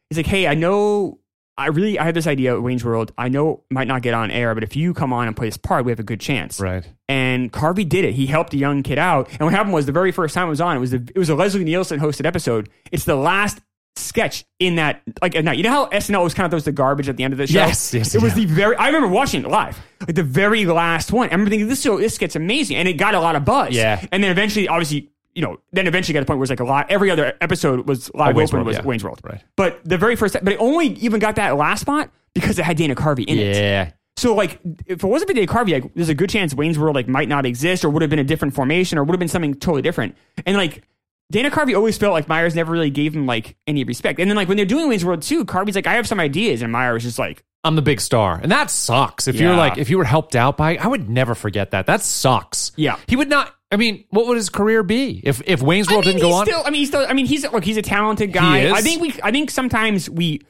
S2: He's like, hey, I know. I really, I have this idea at Wayne's World. I know it might not get on air, but if you come on and play this part, we have a good chance
S1: Right.
S2: and Carvey did it. He helped a young kid out. And what happened was the very first time it was on, it was the, it was a Leslie Nielsen hosted episode. It's the last sketch in that like at night. You know how SNL was kind of throws the garbage at the end of the show.
S1: Yes, yes,
S2: It was
S1: yeah.
S2: the very. I remember watching it live, like the very last one. I remember thinking this show, this gets amazing, and it got a lot of buzz.
S1: Yeah.
S2: and then eventually, obviously. You know, then eventually got to the point where it was like a lot. Every other episode was live
S1: Wayne's
S2: open
S1: World,
S2: was
S1: yeah.
S2: Wayne's World,
S1: Right.
S2: But the very first, but it only even got that last spot because it had Dana Carvey in it.
S1: Yeah.
S2: So like, if it wasn't for Dave Carvey, like, there's a good chance Wayne's World like might not exist, or would have been a different formation, or would have been something totally different. And like, Dana Carvey always felt like Myers never really gave him like any respect. And then like when they're doing Wayne's World too, Carvey's like, I have some ideas, and Myers is just like,
S1: I'm the big star. And that sucks. If you're
S2: Yeah.
S1: like, if you were helped out by, I would never forget that. That sucks.
S2: Yeah.
S1: He would not, I mean, what would his career be if, if Wayne's
S2: I
S1: World
S2: mean,
S1: didn't go
S2: he's
S1: on?
S2: Still, I mean, he's still. I mean, he's look. He's a talented guy.
S1: He is.
S2: I think we. I think sometimes we.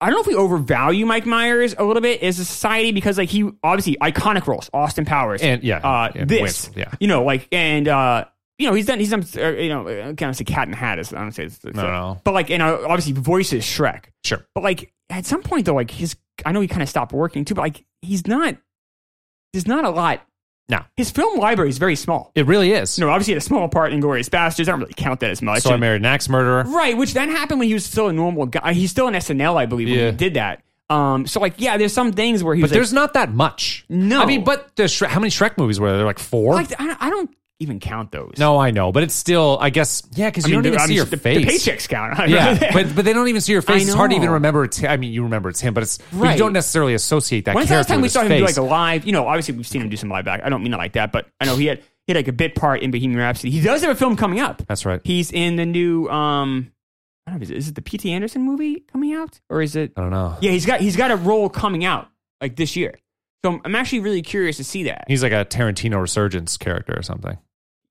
S2: I don't know if we overvalue Mike Myers a little bit as a society because, like, he obviously iconic roles, Austin Powers,
S1: And- yeah,
S2: uh,
S1: yeah,
S2: this,
S1: Wayne's- yeah.
S2: you know, like, and uh, you know, he's done, he's done, uh, you know, I can't say cat and hat is, I don't say, it's, it's-
S1: No, no.
S2: but like, and uh, obviously, voice is Shrek,
S1: sure.
S2: but like, at some point though, like his, I know he kind of stopped working too, but like, he's not, there's not a lot.
S1: No.
S2: his film library is very small.
S1: It really is.
S2: You know, obviously, he had a small part in Glorious Bastards. I don't really count that as much.
S1: so I married an axe murderer.
S2: Right, which that happened when he was still a normal guy. Uh, He's still in SNL, I believe, when
S1: Yeah.
S2: he did that. Um, so like, yeah, there's some things where he
S1: But
S2: was
S1: there's not that much.
S2: No.
S1: I mean, but the Shre- how many Shrek movies were there? Like four?
S2: like, like I, don't, I don't even count those.
S1: no, I know. But it's still, I guess, yeah, because
S2: I
S1: you
S2: mean,
S1: don't even
S2: the-
S1: see your
S2: the,
S1: face.
S2: The paychecks count. I
S1: Yeah,
S2: know.
S1: but but they don't even see your face. It's hard to even
S2: know.
S1: remember it's. hi- I mean, you remember it's him, but it's but
S2: Right.
S1: you don't necessarily associate that
S2: when's the last
S1: character
S2: time we
S1: with
S2: saw him
S1: his
S2: do
S1: face.
S2: like a live? You know, obviously we've seen him do some live act. I don't mean it like that, but I know he had he had like a bit part in Bohemian Rhapsody. He does have a film coming up.
S1: That's right.
S2: He's in the new. um I don't know. Is it, is it the P.T. Anderson movie coming out, or is it?
S1: I don't know.
S2: Yeah, he's got he's got a role coming out like this year. So I'm, I'm actually really curious to see that.
S1: He's like a Tarantino resurgence character or something.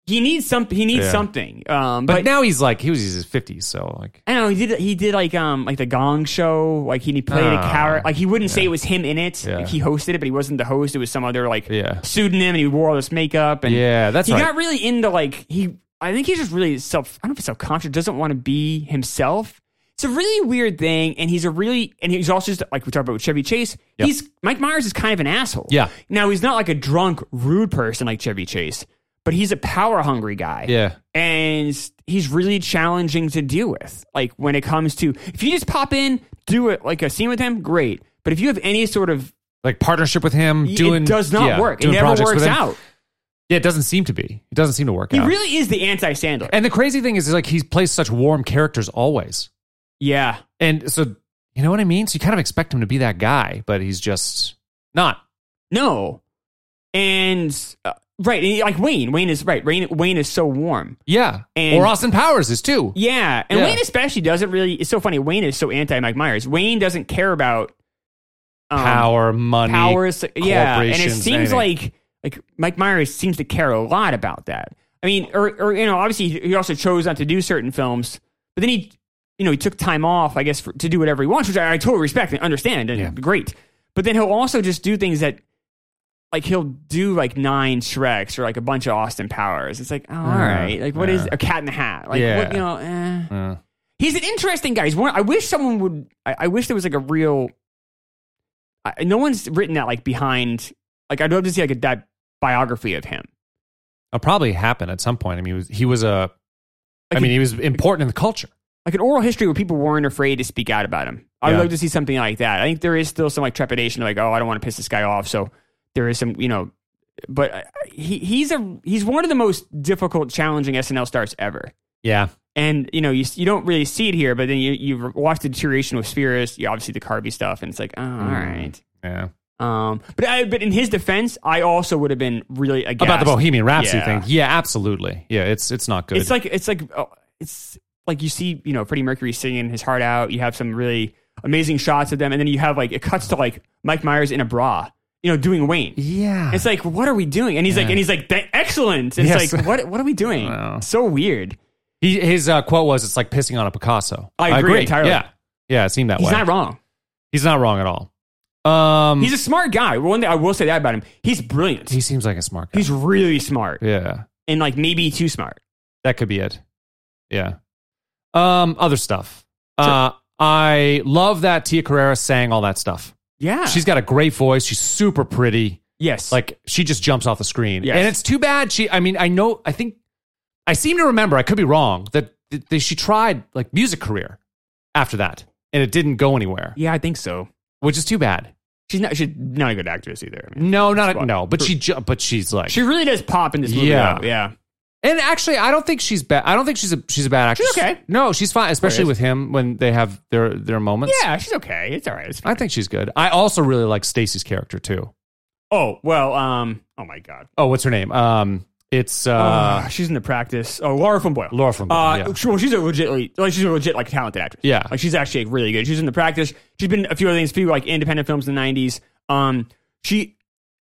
S2: He needs some. He needs
S1: Yeah.
S2: something. Um,
S1: But
S2: but,
S1: now he's like he was in his fifties, so like
S2: I don't know. He did. He did like um like the Gong Show. Like he played a
S1: Ah,
S2: character. Like he wouldn't say it was him in it.
S1: Yeah.
S2: Like, he hosted it, but he wasn't the host. It was some other like
S1: Yeah.
S2: pseudonym, and he wore all this makeup. And
S1: yeah, that's
S2: he
S1: right.
S2: got really into like he. I think he's just really self. I don't know if he's self conscious. Doesn't want to be himself. It's a really weird thing, and he's a really and he's also just like we talked about with Chevy Chase.
S1: Yep.
S2: He's Mike Myers is kind of an asshole.
S1: Yeah.
S2: Now he's not like a drunk, rude person like Chevy Chase, but he's a power hungry guy
S1: yeah,
S2: and he's really challenging to deal with. Like when it comes to if you just pop in, do it like a scene with him, great. But if you have any sort of
S1: like partnership with him doing
S2: it does not
S1: yeah,
S2: work. It
S1: doing
S2: never
S1: projects with
S2: works
S1: him.
S2: out.
S1: Yeah, it doesn't seem to be. It doesn't seem to work
S2: He
S1: out.
S2: really is the anti Sandler.
S1: and the crazy thing is, is like he plays such warm characters always,
S2: Yeah.
S1: and so you know what I mean. So you kind of expect him to be that guy, but he's just not.
S2: No. And uh, right, and, like Wayne. Wayne is right. Wayne Wayne is so warm.
S1: Yeah,
S2: And-
S1: or Austin Powers is too.
S2: Yeah, and
S1: Yeah.
S2: Wayne especially doesn't really. It's so funny. Wayne is so anti Mike Myers. Wayne doesn't care about um,
S1: Power, money,
S2: powers. Yeah, and it
S1: corporations,
S2: seems
S1: anything.
S2: like like Mike Myers seems to care a lot about that. I mean, or, or you know, obviously he- he also chose not to do certain films, but then he, you know, he took time off, I guess, for, to do whatever he wants, which I, I totally respect and understand and
S1: Yeah.
S2: great. But then he'll also just do things that, like he'll do like nine Shreks or like a bunch of Austin Powers. It's like, oh, all right, like what is
S1: Uh, yeah.
S2: a Cat in the Hat? Like
S1: Yeah.
S2: what you know? Eh.
S1: Yeah.
S2: He's an interesting guy. He's one. I wish someone would. I, I wish there was like a real. I, no one's written that like behind. Like I'd love to see like a that biography of him.
S1: It'll probably happen at some point. I mean, he was he was a. I
S2: Like
S1: mean, he was important in the culture.
S2: like an oral history where people weren't afraid to speak out about him. I
S1: Yeah.
S2: would love to see something like that. I think there is still some like trepidation, like oh, I don't want to piss this guy off. So there is some, you know, but uh, he he's a he's one of the most difficult, challenging SNL stars ever.
S1: Yeah,
S2: And you know, you you don't really see it here, but then you you watch the deterioration with Spheris, you obviously the Carby stuff, and it's like, oh, all right.
S1: yeah.
S2: Um, but I, but in his defense, I also would have been really aghast.
S1: About the Bohemian Rhapsody
S2: Yeah.
S1: thing. Yeah, absolutely. Yeah, it's it's not good.
S2: It's like it's like oh, it's like you see you know Freddie Mercury singing his heart out. You have some really amazing shots of them, and then you have like it cuts to like Mike Myers in a bra, you know, doing Wayne.
S1: yeah,
S2: It's like what are we doing? And he's like and he's like "Th- excellent. And
S1: Yes.
S2: It's like what what are we doing?
S1: Wow.
S2: So weird.
S1: he, his uh, quote was, "It's like pissing on a Picasso."
S2: I agree entirely.
S1: Yeah, yeah. It seemed that
S2: He's
S1: way.
S2: not wrong.
S1: he's not wrong at all. Um,
S2: He's a smart guy. One thing I will say that about him. He's brilliant.
S1: he seems like a smart guy.
S2: He's really smart
S1: yeah,
S2: and like maybe too smart.
S1: that could be it. Yeah. Um, other stuff. Uh, I love that Tia Carrera sang all that stuff.
S2: Yeah.
S1: She's got a great voice. She's super pretty.
S2: yes.
S1: Like she just jumps off the screen.
S2: Yes.
S1: And it's too bad she I mean, I know I think I seem to remember, I could be wrong, that, that, that she tried like music career after that and it didn't go anywhere,
S2: yeah, I think so.
S1: which is too bad.
S2: She's not she's not a good actress either. I mean,
S1: No, not
S2: why-
S1: no, but she ju- but she's like
S2: she really does pop in this movie.
S1: Yeah.
S2: though. Yeah.
S1: And actually, I don't think she's bad. I don't think she's a she's a bad actress.
S2: She's okay.
S1: No, she's fine, especially
S2: is.
S1: with him when they have their their moments.
S2: Yeah, she's okay. It's all right. It's fine.
S1: I think she's good. I also really like Stacy's character too.
S2: Oh well. Um. Oh my God.
S1: Oh, what's her name? Um, it's uh,
S2: Uh, she's in the practice. Oh, Laura from Boyle.
S1: Laura from Boyle,
S2: Uh,
S1: yeah.
S2: she- well, she's a legitly like she's a legit like talented actress.
S1: Yeah.
S2: like she's actually like, really good. She's in the practice. She's been in a few other things, a few like independent films in the '90s. Um, she,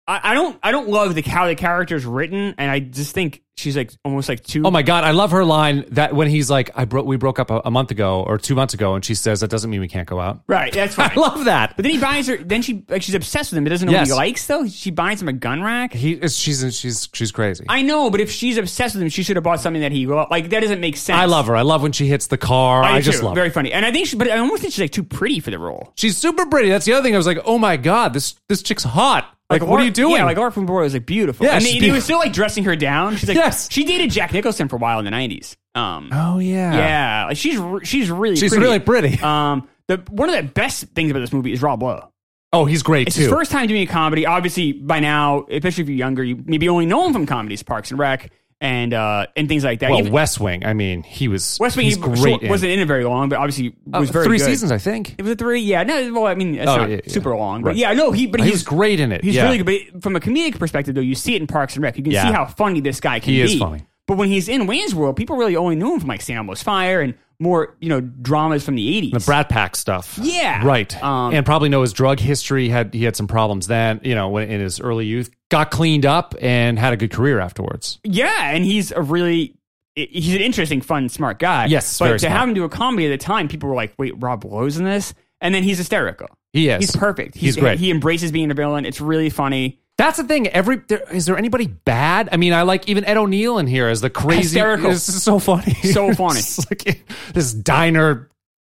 S2: I, I don't, I don't love the how the character's written, and I just think she's like almost like too.
S1: Oh my god, I love her line that when he's like, "I broke, we broke up a, a month ago or two months ago," and she says, "That doesn't mean we can't go out."
S2: right, that's fine.
S1: I love that.
S2: but then he buys her. Then she like she's obsessed with him, but doesn't know what
S1: Yes.
S2: he likes though. She buys him a gun rack.
S1: He, is, she's she's she's crazy. I,
S2: I know, but if she's obsessed with him, she should have bought something that he lo- like. That doesn't make sense.
S1: love her. I love when she hits the car. I,
S2: I,
S1: just love.
S2: very
S1: her.
S2: funny, and I think, she, but I almost think she's like too pretty for the role.
S1: She's super pretty. That's the other thing. I was like, "Oh my god, this this chick's hot." Like, what
S2: Laura-
S1: are you doing?
S2: Yeah, like Laura from Boyle is like beautiful.
S1: Yeah,
S2: and
S1: she's
S2: he,
S1: beautiful.
S2: was still like dressing her down. She's like,
S1: Yes.
S2: she dated Jack Nicholson for a while in the nineties. Um,
S1: oh yeah,
S2: yeah, like she's re- she's really
S1: She's
S2: pretty.
S1: really pretty.
S2: Um, the one of the best things about this movie is Rob Lowe.
S1: oh, he's great
S2: It's
S1: too.
S2: his first time doing a comedy. Obviously, by now, especially if you're younger, you maybe only know him from comedies, Parks and Rec, and uh, and things like that.
S1: well,
S2: Even-
S1: West Wing. I mean, he was
S2: West Wing
S1: He's
S2: he
S1: great. in-
S2: wasn't in it very long, but obviously was
S1: Uh,
S2: very
S1: three
S2: good.
S1: seasons, I think.
S2: It was a three, yeah. No, well, I mean, it's
S1: Oh,
S2: not
S1: yeah, yeah.
S2: super long, but
S1: Right.
S2: yeah, no, he, but
S1: He
S2: he's
S1: was great in it.
S2: He's
S1: yeah.
S2: really good, but from a comedic perspective, though, you see it in Parks and Rec. You can
S1: Yeah.
S2: see how funny this guy can
S1: He
S2: be.
S1: is funny.
S2: But when he's in Wayne's World, people really only knew him from like San Elmo's Fire and more, you know, dramas from the eighties.
S1: the Brat Pack stuff.
S2: Yeah.
S1: right.
S2: Um,
S1: and probably know his drug history. Had he had some problems then? You know, when in his early youth, got cleaned up and had a good career afterwards.
S2: yeah, and he's a really he's an interesting, fun, smart guy.
S1: Yes,
S2: but
S1: very
S2: to
S1: smart.
S2: have him do a comedy at the time, people were like, "Wait, Rob Lowe's in this?" And then he's hysterical.
S1: He is.
S2: He's perfect.
S1: He's great.
S2: He embraces being a villain. It's really funny.
S1: That's the thing. Every there, is there anybody bad? I mean, I like even Ed O'Neill in here as the crazy.
S2: Hysterical.
S1: This is so funny.
S2: So funny.
S1: It's like this diner,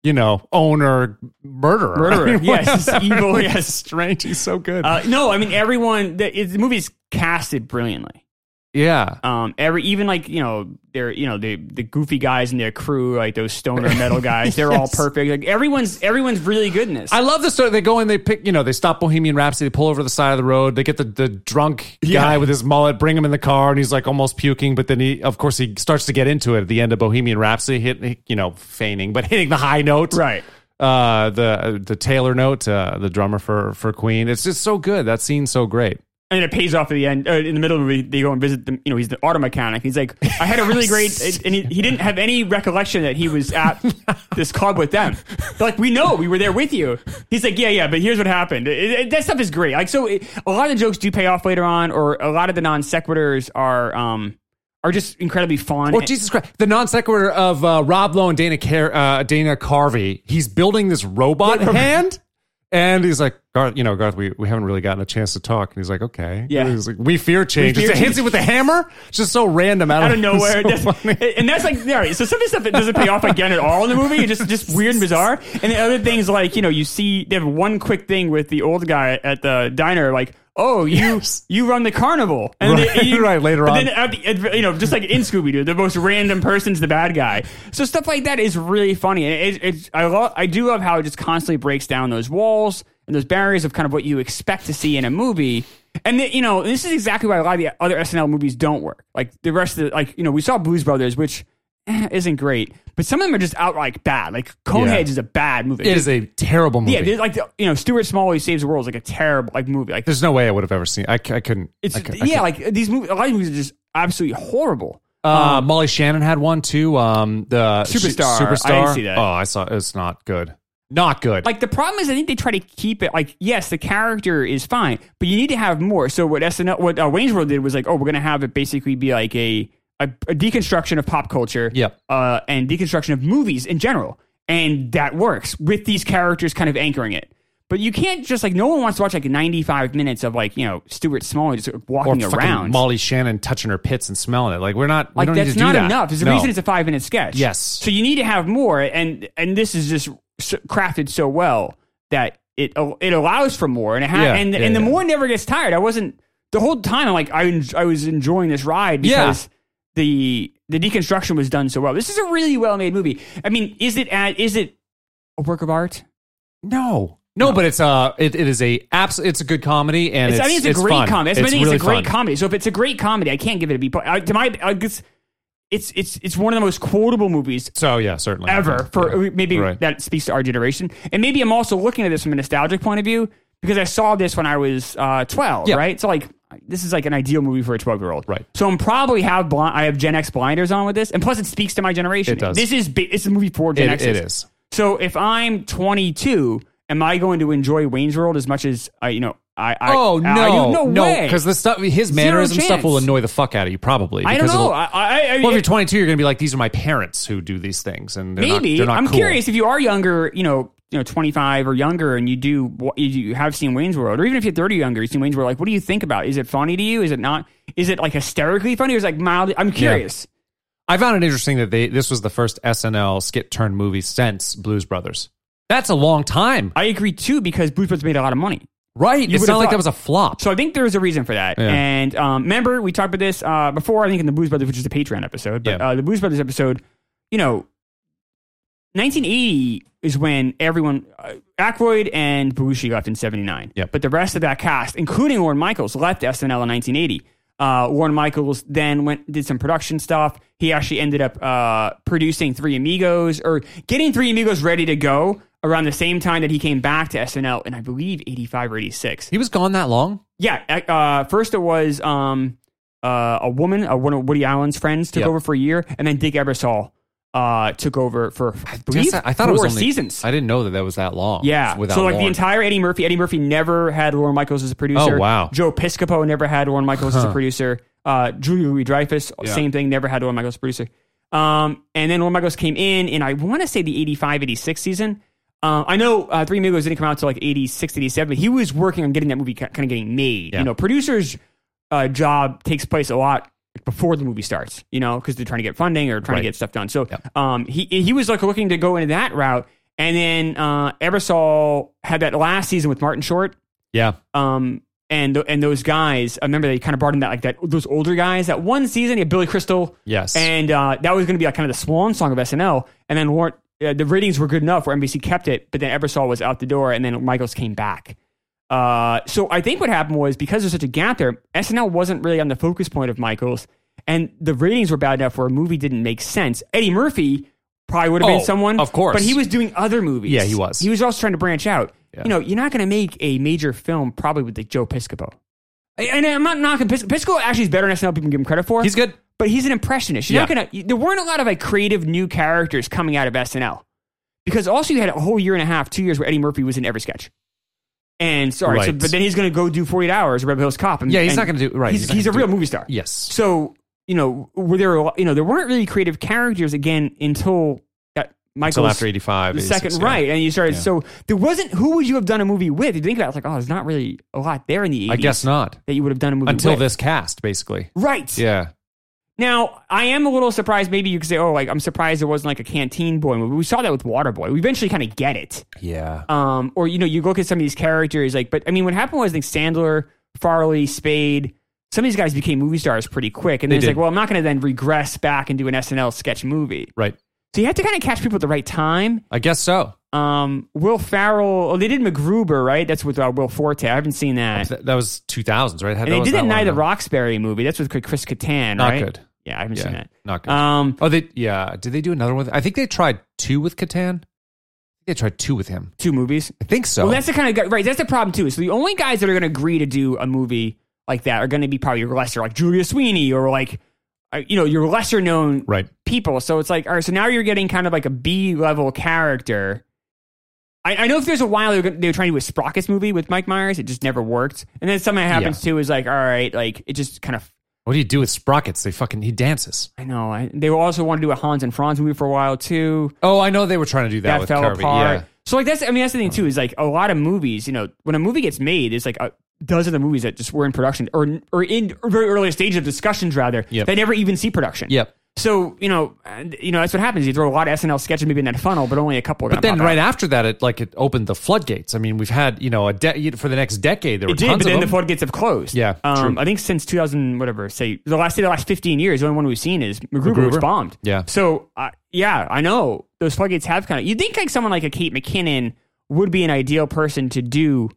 S1: you know, owner murderer.
S2: Murderer.
S1: I mean,
S2: Yes,
S1: whatever.
S2: he's evil,
S1: Like,
S2: yes.
S1: it's strange. He's so good.
S2: Uh, no, I mean everyone. The, it, the movie's casted brilliantly.
S1: yeah.
S2: Um, every even like you know they're you know the the goofy guys in their crew like those stoner metal guys they're all perfect like everyone's everyone's really good in this
S1: I love the story. They go in, they pick, you know, they stop Bohemian Rhapsody, they pull over to the side of the road, they get the, the drunk
S2: Yeah.
S1: guy with his mullet, bring him in the car, and he's like almost puking. But then he, of course, he starts to get into it at the end of Bohemian Rhapsody, hit, you know, feigning, but hitting the high note,
S2: Right.
S1: Uh, the the Taylor note, uh, the drummer for for Queen. It's just so good. That scene's so great.
S2: and it pays off at the end uh, in the middle of the movie they go and visit the you know he's the auto mechanic he's like I had a really great and he, he didn't have any recollection that he was at this club with them they're like we know we were there with you he's like yeah yeah but here's what happened It- it- that stuff is great like so it, a lot of the jokes do pay off later on or a lot of the non sequiturs are um are just incredibly fun
S1: Oh
S2: And-
S1: Jesus Christ! The non sequitur of uh, Rob Lowe and Dana Car- uh, Dana Carvey. He's building this robot hand, and he's like, Garth, you know, Garth, we, we haven't really gotten a chance to talk. And he's like, okay.
S2: Yeah.
S1: He's like, we fear change.
S2: We fear
S1: It's- it hits
S2: change.
S1: you with a hammer. It's just so random out,
S2: out of nowhere.
S1: so
S2: That's-
S1: funny.
S2: and that's like, all right, so some of the stuff that doesn't pay off again at all in the movie, it's just just weird and bizarre. And the other things like, you know, you see they have one quick thing with the old guy at the diner, like, oh, you
S1: Yes.
S2: you run the carnival, and
S1: Right,
S2: and you-
S1: right, later
S2: but
S1: on.
S2: Then at the, at- you know, just like in Scooby Doo, the most random person's the bad guy. So stuff like that is really funny, and it, it's I love I do love how it just constantly breaks down those walls and those barriers of kind of what you expect to see in a movie. And the, you know, this is exactly why a lot of the other SNL movies don't work. Like the rest of the like you know, we saw Blues Brothers, which eh, isn't great, but some of them are just outright bad. Like Coneheads
S1: Yeah.
S2: is a bad movie.
S1: It is a terrible movie.
S2: yeah, there's like the, you know, Stuart Smalley Saves the World is like a terrible like movie. Like
S1: There's no way I would have ever seen. I, c- I couldn't.
S2: it's
S1: I c- I
S2: yeah, um, like these movies. A lot of these movies are just absolutely horrible.
S1: Uh, Molly Shannon had one too. Um, the she-
S2: Superstar. I didn't
S1: superstar.
S2: see that.
S1: Oh, I saw. It's not good. Not good.
S2: like the problem is I think they try to keep it like yes the character is fine but you need to have more so what SNL what uh, Wayne's World did was like oh we're gonna have it basically be like a a, a deconstruction of pop culture
S1: Yep.
S2: uh, and deconstruction of movies in general and that works with these characters kind of anchoring it but you can't just like no one wants to watch like 95 minutes of like you know Stuart Smalley just
S1: or
S2: walking
S1: fucking
S2: around
S1: Molly Shannon touching her pits and smelling it. Like we're not. We
S2: like
S1: don't
S2: that's
S1: need to
S2: not
S1: do that.
S2: enough. There's a
S1: No.
S2: reason it's a five minute sketch.
S1: Yes.
S2: So you need to have more, and and this is just s- crafted so well that it it allows for more, and it ha-
S1: Yeah,
S2: and
S1: yeah,
S2: and the
S1: yeah.
S2: more never gets tired. I wasn't the whole time. I'm like I en- I was enjoying this ride
S1: Yeah.
S2: because the the deconstruction was done so well. This is a really well made movie. I mean, is it at, is it a work of art?
S1: No. No, but it's uh it, it is a abs- it's a good comedy and it's,
S2: It's- I think it's a great
S1: fun.
S2: comedy. That's my thing,
S1: really
S2: it's a great
S1: fun.
S2: comedy. So if it's a great comedy, I can't give it a B. But I, to my, I guess it's it's it's one of the most quotable movies
S1: So yeah, certainly
S2: ever for uh,
S1: Yeah.
S2: maybe
S1: Right.
S2: that speaks to our generation and maybe i'm also looking at this from a nostalgic point of view because i saw this when i was uh, 12
S1: Yeah.
S2: right so like this is like an ideal movie for a 12 year old
S1: Right.
S2: so i'm probably have bl- i have gen x blinders on with this and plus it speaks to my generation
S1: It does.
S2: this is ba- it's a movie for gen
S1: It,
S2: x
S1: it is.
S2: so if i'm 22 am i going to enjoy wayne's world as much as i you know i, I
S1: oh
S2: I- I-
S1: no,
S2: no
S1: no,
S2: way
S1: because the stuff his mannerism
S2: chance.
S1: stuff will annoy the fuck out of you probably.
S2: i don't
S1: because
S2: know
S1: it'll-
S2: i i, I
S1: well, if you're
S2: it-
S1: 22, you're gonna be like, these are my parents who do these things, and they're
S2: maybe
S1: Not, they're not
S2: I'm
S1: cool.
S2: curious if you are younger, you know, you know, 25 or younger, and you do what you, you have seen Wayne's World, or even if you're 30 or younger, you've seen Wayne's World. Like, what do you think about? it? Is it funny to you? Is it not? Is it like hysterically funny, or is it like mildly? I'm curious.
S1: I found it interesting that they this was the first SNL skit turn movie since Blues Brothers. That's a long time,
S2: I agree too because Bruce Brothers made a lot of money,
S1: right? It's
S2: would've
S1: not like
S2: thought-
S1: that was a flop.
S2: so I think there is a reason for that.
S1: Yeah.
S2: And um, remember, we talked about this uh, before. I think in the Blues Brothers, which is the Patreon episode, but
S1: Yeah.
S2: uh, the Blues Brothers episode, you know, 1980 is when everyone uh, Aykroyd and Belushi left in 79.
S1: Yep.
S2: But the rest of that cast, including Warren Michaels, left SNL in 1980. Uh, Warren Michaels then went did some production stuff. He actually ended up uh, producing Three Amigos or getting Three Amigos ready to go around the same time that he came back to SNL in I believe 85 or 86.
S1: he was gone that long.
S2: Yeah. Uh, first, it was um, uh, a woman, uh, one of Woody Allen's friends, took
S1: Yeah.
S2: over for a year, and then Dick Ebersol uh, took over for I, believe,
S1: Yes, I, I thought it was
S2: four
S1: only,
S2: seasons.
S1: I didn't know that that was that long.
S2: yeah.
S1: without
S2: So like the
S1: Lauren.
S2: entire Eddie Murphy. Eddie Murphy never had Lauren Michaels as a producer.
S1: Oh, wow.
S2: Joe Piscopo never had Lauren Michaels as a producer. Uh, Julia Louis Dreyfus,
S1: Yeah.
S2: same thing, never had Lauren Michaels as a producer. Um, and then Lauren Michaels came in, and I want to say the 85, 86 season. Uh, I know uh, Three Amigos didn't come out until like 86, 87, but he was working on getting that movie kind of getting made.
S1: Yeah.
S2: You know, producers' uh, job takes place a lot before the movie starts, you know, because they're trying to get funding or trying
S1: Right.
S2: to get stuff done. So um, he he was like looking to go into that route, and then uh, Ebersol had that last season with Martin Short,
S1: yeah,
S2: um, and and those guys. I remember they kind of brought in that like that those older guys. That one season, he had Billy Crystal,
S1: yes,
S2: and uh, that was going to be like kind of the swan song of SNL. And then Warren, uh, the ratings were good enough where NBC kept it, but then Ebersol was out the door, and then Michaels came back. Uh, so I think what happened was because there's such a gap there, SNL wasn't really on the focus point of Michaels, and the ratings were bad enough where a movie didn't make sense. Eddie Murphy probably would have
S1: Oh,
S2: been someone,
S1: of course.
S2: but he was doing other movies.
S1: Yeah, he was.
S2: He was also trying to branch out.
S1: Yeah.
S2: You know, you're not going to make a major film probably with like Joe Piscopo. And I'm not knocking Piscopo. Piscopo actually is better than SNL people give him credit for
S1: he's good.
S2: but he's an impressionist. You're
S1: Yeah.
S2: not gonna. There weren't a lot of like creative new characters coming out of SNL because also you had a whole year and a half, two years where Eddie Murphy was in every sketch. And sorry, so,
S1: Right.
S2: but then he's gonna go do 48 Hours, Red Hills Cop. And,
S1: Yeah, he's
S2: and
S1: not gonna do- right,
S2: He's,
S1: he's
S2: he's,
S1: not
S2: a
S1: gonna
S2: real
S1: do-
S2: movie star.
S1: Yes,
S2: So you know, were there? a lot- You know, there weren't really creative characters again until that Michael's
S1: until after 85.
S2: the
S1: 86,
S2: second
S1: yeah.
S2: right, and you started.
S1: Yeah.
S2: So there wasn't who would you have done a movie with? If you think about it, it's like oh, there's not really a lot there in the 80s.
S1: I guess not.
S2: that you would have done a movie
S1: Until
S2: with.
S1: this cast, basically.
S2: Right
S1: Yeah.
S2: now, I am a little surprised. Maybe you could say, "Oh, like I'm surprised it wasn't like a Canteen Boy movie." We saw that with Waterboy. We eventually kind of get it.
S1: Yeah.
S2: um, or you know, you look at some of these characters, like, but I mean, what happened was, I think Sandler, Farley, Spade, some of these guys became movie stars pretty quick, and then
S1: They
S2: it's
S1: did.
S2: like, well, I'm not going to then regress back and do an SNL sketch movie.
S1: Right.
S2: So you have to kind of catch people at the right time.
S1: I guess so.
S2: Um, Will Farrell, oh, they did MacGruber, right? That's with uh, Will Forte. I haven't seen that.
S1: Th- that was 2000s, right?
S2: And they did that
S1: that
S2: Night of the
S1: long ago.
S2: Roxbury movie. That's with Chris Kattan,
S1: Not
S2: right?
S1: good.
S2: Yeah, I haven't seen
S1: Yeah.
S2: that.
S1: Not good.
S2: Um,
S1: oh, they, yeah. Did they do another one? I think they tried two with Catan. They tried two with him.
S2: two movies.
S1: I think so.
S2: Well, that's the kind of guy, right? That's the problem too. So the only guys that are going to agree to do a movie like that are going to be probably your lesser, like Julia Sweeney, or like uh, you know your lesser known
S1: right.
S2: people. So it's like, all right, so now you're getting kind of like a B level character. I, I know if there's a while they were, gonna- they were trying to do a Sprockets movie with Mike Myers, it just never worked. And then something that happens too is like, all right, like it just kind of.
S1: What do you do with Sprockets? They fucking, he dances.
S2: I know. I, they also want to do a Hans and Franz movie for a while too.
S1: Oh, I know they were trying to do that,
S2: that,
S1: with
S2: fell
S1: Kirby.
S2: apart.
S1: Yeah.
S2: So like that's I mean that's the thing too is like a lot of movies you know when a movie gets made there's like a dozen of movies that just were in production or or in very early stages of discussions rather
S1: Yep.
S2: that never even see production.
S1: Yep.
S2: So you know and, you know that's what happens. You throw a lot of SNL sketches maybe in that funnel, but only a couple. Are
S1: But then right after that, it like it opened the floodgates. I mean, we've had, you know, a de- for the next decade, there were
S2: it did,
S1: tons
S2: but
S1: of
S2: then the
S1: them.
S2: floodgates have closed.
S1: Yeah,
S2: um,
S1: true.
S2: I think since 2000 whatever say the last say the last 15 years, the only one we've seen is MacGruber, which
S1: MacGruber.
S2: bombed.
S1: Yeah.
S2: So uh, yeah, I know those floodgates have kind of. You would think like someone like a Kate McKinnon would be an ideal person to do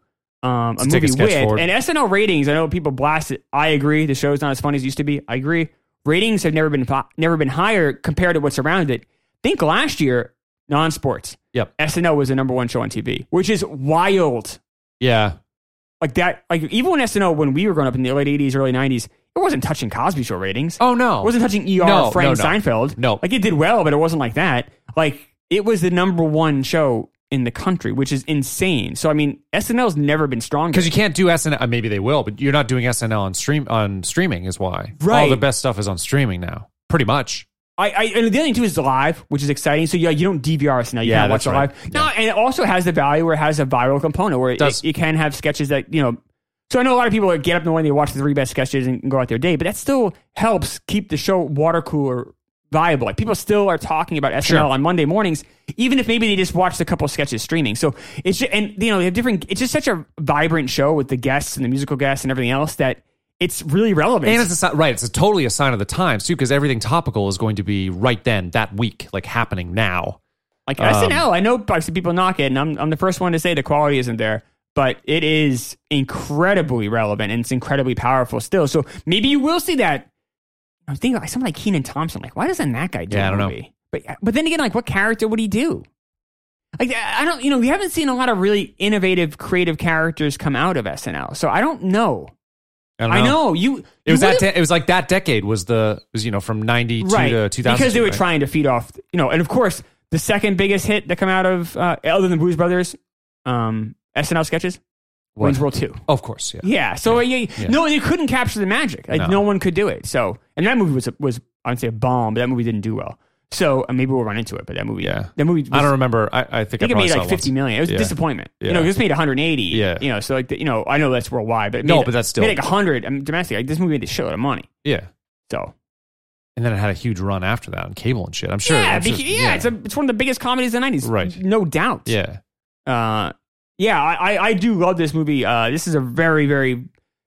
S2: um, a
S1: take a
S2: movie
S1: sketch
S2: with.
S1: forward.
S2: And SNL ratings, I know people blast it. I agree. The show's not as funny as it used to be. I agree. Ratings have never been fi- never been higher compared to what's around it. Think last year, non sports
S1: Yep.
S2: SNL was the number one show on TV, which is wild
S1: Yeah.
S2: like that like even when SNL when we were growing up in the late eighties, early nineties, it wasn't touching Cosby show ratings.
S1: Oh, no.
S2: It wasn't touching ER
S1: No,
S2: Frank
S1: no, no.
S2: Seinfeld.
S1: No.
S2: Like it did well, but it wasn't like that. Like it was the number one show in the country, which is insane. So I mean SNL's never been stronger.
S1: Because you can't do SNL. uh, Maybe they will, but you're not doing SNL on stream on streaming is why.
S2: Right.
S1: All the best stuff is on streaming now, pretty much.
S2: I, I and the other thing too is the live, which is exciting. So yeah, you don't DVR SNL. You
S1: Yeah,
S2: can't
S1: that's
S2: watch the
S1: right.
S2: live. No, and it also has the value where it has a viral component where it,
S1: Does.
S2: it, can have sketches that you know. So I know a lot of people like, get up in the morning, they watch the three best sketches and go out their day, but that still helps keep the show water cooler viable. Like people still are talking about SNL
S1: Sure.
S2: on Monday mornings, even if maybe they just watched a couple sketches streaming. So it's just, and you know they have different. It's just such a vibrant show with the guests and the musical guests and everything else that it's really relevant.
S1: And it's a si- right. It's a totally a sign of the times too, because everything topical is going to be right then that week, like happening now.
S2: Like
S1: Um,
S2: SNL, I know I've seen people knock it, and I'm I'm the first one to say the quality isn't there, but it is incredibly relevant and it's incredibly powerful still. So maybe you will see that. I'm thinking like someone like Keenan Thompson. Like, why doesn't that guy do
S1: Yeah,
S2: a
S1: I don't know.
S2: movie? But but then again, like, what character would he do? Like, I I don't. You know, we haven't seen a lot of really innovative, creative characters come out of SNL, so I don't know.
S1: don't
S2: I know you.
S1: It was that.
S2: you would've-
S1: de- it was like that decade was the was you know from ninety two
S2: right
S1: to two thousand
S2: because they were trying to feed off you know and of course the second biggest hit that come out of uh, other than Blues Brothers um, SNL sketches Wayne's World two
S1: Of course, yeah.
S2: yeah so yeah.
S1: Yeah.
S2: no you couldn't capture the magic like no.
S1: No.
S2: one could do it so and that movie was a, was I'd say a bomb but that movie didn't do well so and maybe we'll run into it but that movie
S1: Yeah.
S2: that movie was,
S1: I don't remember. I, I think I,
S2: I think it
S1: probably
S2: made
S1: saw
S2: like
S1: once.
S2: fifty million. It was a
S1: Yeah.
S2: disappointment. You know,
S1: Yeah.
S2: it just made 180.
S1: Yeah.
S2: You know, so like, the, you know, I know that's worldwide, but it
S1: No,
S2: made-
S1: but that's still-
S2: made like 100 I mean, domestic. Like, this movie made a shitload of money.
S1: Yeah,
S2: So,
S1: and then it had a huge run after that on cable and shit. I'm sure.
S2: Yeah,
S1: I'm sure-
S2: beca- yeah, It's, a, it's one of the biggest comedies of the 90s.
S1: Right.
S2: No doubt.
S1: yeah.
S2: Uh, yeah, I, I, I do love this movie. Uh, this is a very, very.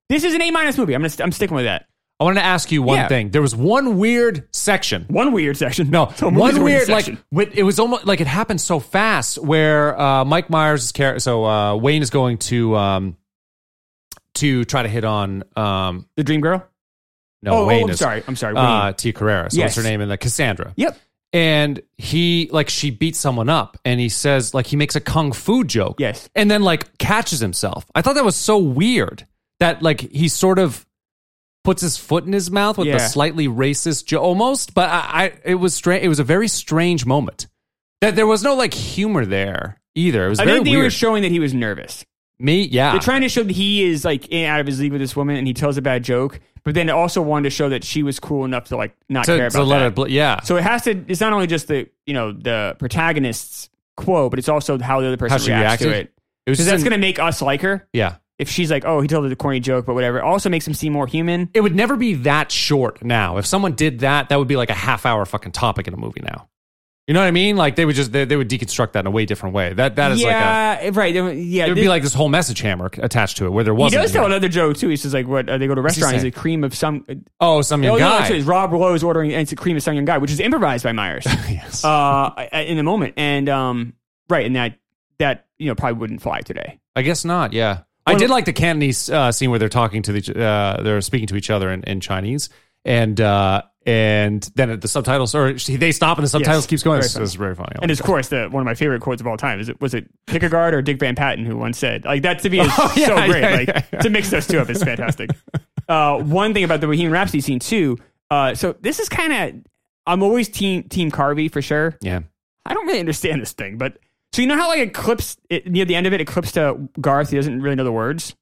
S2: This is an A minus movie. I'm, gonna, st- I'm sticking with that.
S1: I wanted to ask you one
S2: Yeah.
S1: thing. There was one weird section
S2: One weird section.
S1: No,
S2: So movies
S1: one
S2: are
S1: weird like
S2: section.
S1: when- it was almost like it happened so fast where uh, Mike Myers is char- so uh, Wayne is going to um, to try to hit on um,
S2: The Dream Girl?
S1: no
S2: oh,
S1: Wayne
S2: I'm
S1: is
S2: sorry. I'm sorry. Wayne.
S1: uh, Tia Carrera so
S2: Yes.
S1: what's her name in the Cassandra
S2: yep.
S1: and he like she beats someone up and he says like he makes a kung fu joke
S2: Yes.
S1: and then like catches himself I thought that was so weird that like he sort of puts his foot in his mouth with
S2: Yeah.
S1: the slightly racist joke almost but I, I it was strange it was a very strange moment that there was no like humor there either it was
S2: I
S1: very
S2: think they were
S1: weird Ah.
S2: showing that he was nervous.
S1: Me, yeah.
S2: They're trying to show that he is like in out of his league with this woman, and he tells a bad joke. But then it also wanted to show that she was cool enough to like not
S1: to,
S2: care
S1: to
S2: about
S1: let
S2: that.
S1: it, bl- yeah.
S2: so it has to. It's not only just the you know the protagonist's quote, but it's also how the other person
S1: How she
S2: reacts to
S1: reacted?
S2: it.
S1: It was
S2: Because
S1: just
S2: that's
S1: an-
S2: going to make us like her.
S1: yeah.
S2: If she's like, oh, he told a corny joke, but whatever, it also makes him seem more human.
S1: It would never be that short now. If someone did that, that would be like a half hour fucking topic in a movie now. You know what I mean? Like they would just they, they would deconstruct that in a way different way. That that is like a
S2: yeah, right. Yeah,
S1: it would
S2: this-
S1: be like this whole message hammer attached to it where there
S2: he
S1: wasn't.
S2: does tell
S1: any.
S2: another joke too. He says like, what? Uh, they go to a restaurant. He's
S1: say?
S2: a cream of some. Uh,
S1: oh, some young
S2: oh, no,
S1: guy.
S2: actually, it's Rob Lowe's ordering, and it's a cream of some young guy, which is improvised by Myers.
S1: yes.
S2: uh, in the moment. And um, right, and that that you know probably wouldn't fly today.
S1: I guess not. Yeah, I
S2: Well-
S1: did like the Cantonese uh, scene where they're talking to the uh, they're speaking to each other in, in Chinese, and uh, and then the subtitles or she- they stop and the subtitles
S2: Yes.
S1: keeps going.
S2: Very
S1: It's, it's very funny.
S2: And of course, the one of my favorite quotes of all time is it was it Kierkegaard or Dick Van Patten who once said like that to me is
S1: Oh, yeah,
S2: so great.
S1: yeah,
S2: like
S1: yeah, yeah.
S2: to mix those two up is fantastic. uh, one thing about the Bohemian Rhapsody scene too. Uh, so this is kind of I'm always team team Carvey for sure.
S1: yeah,
S2: I don't really understand this thing, but so you know how like it clips it, near the end of it, it clips to Garth. He doesn't really know the words.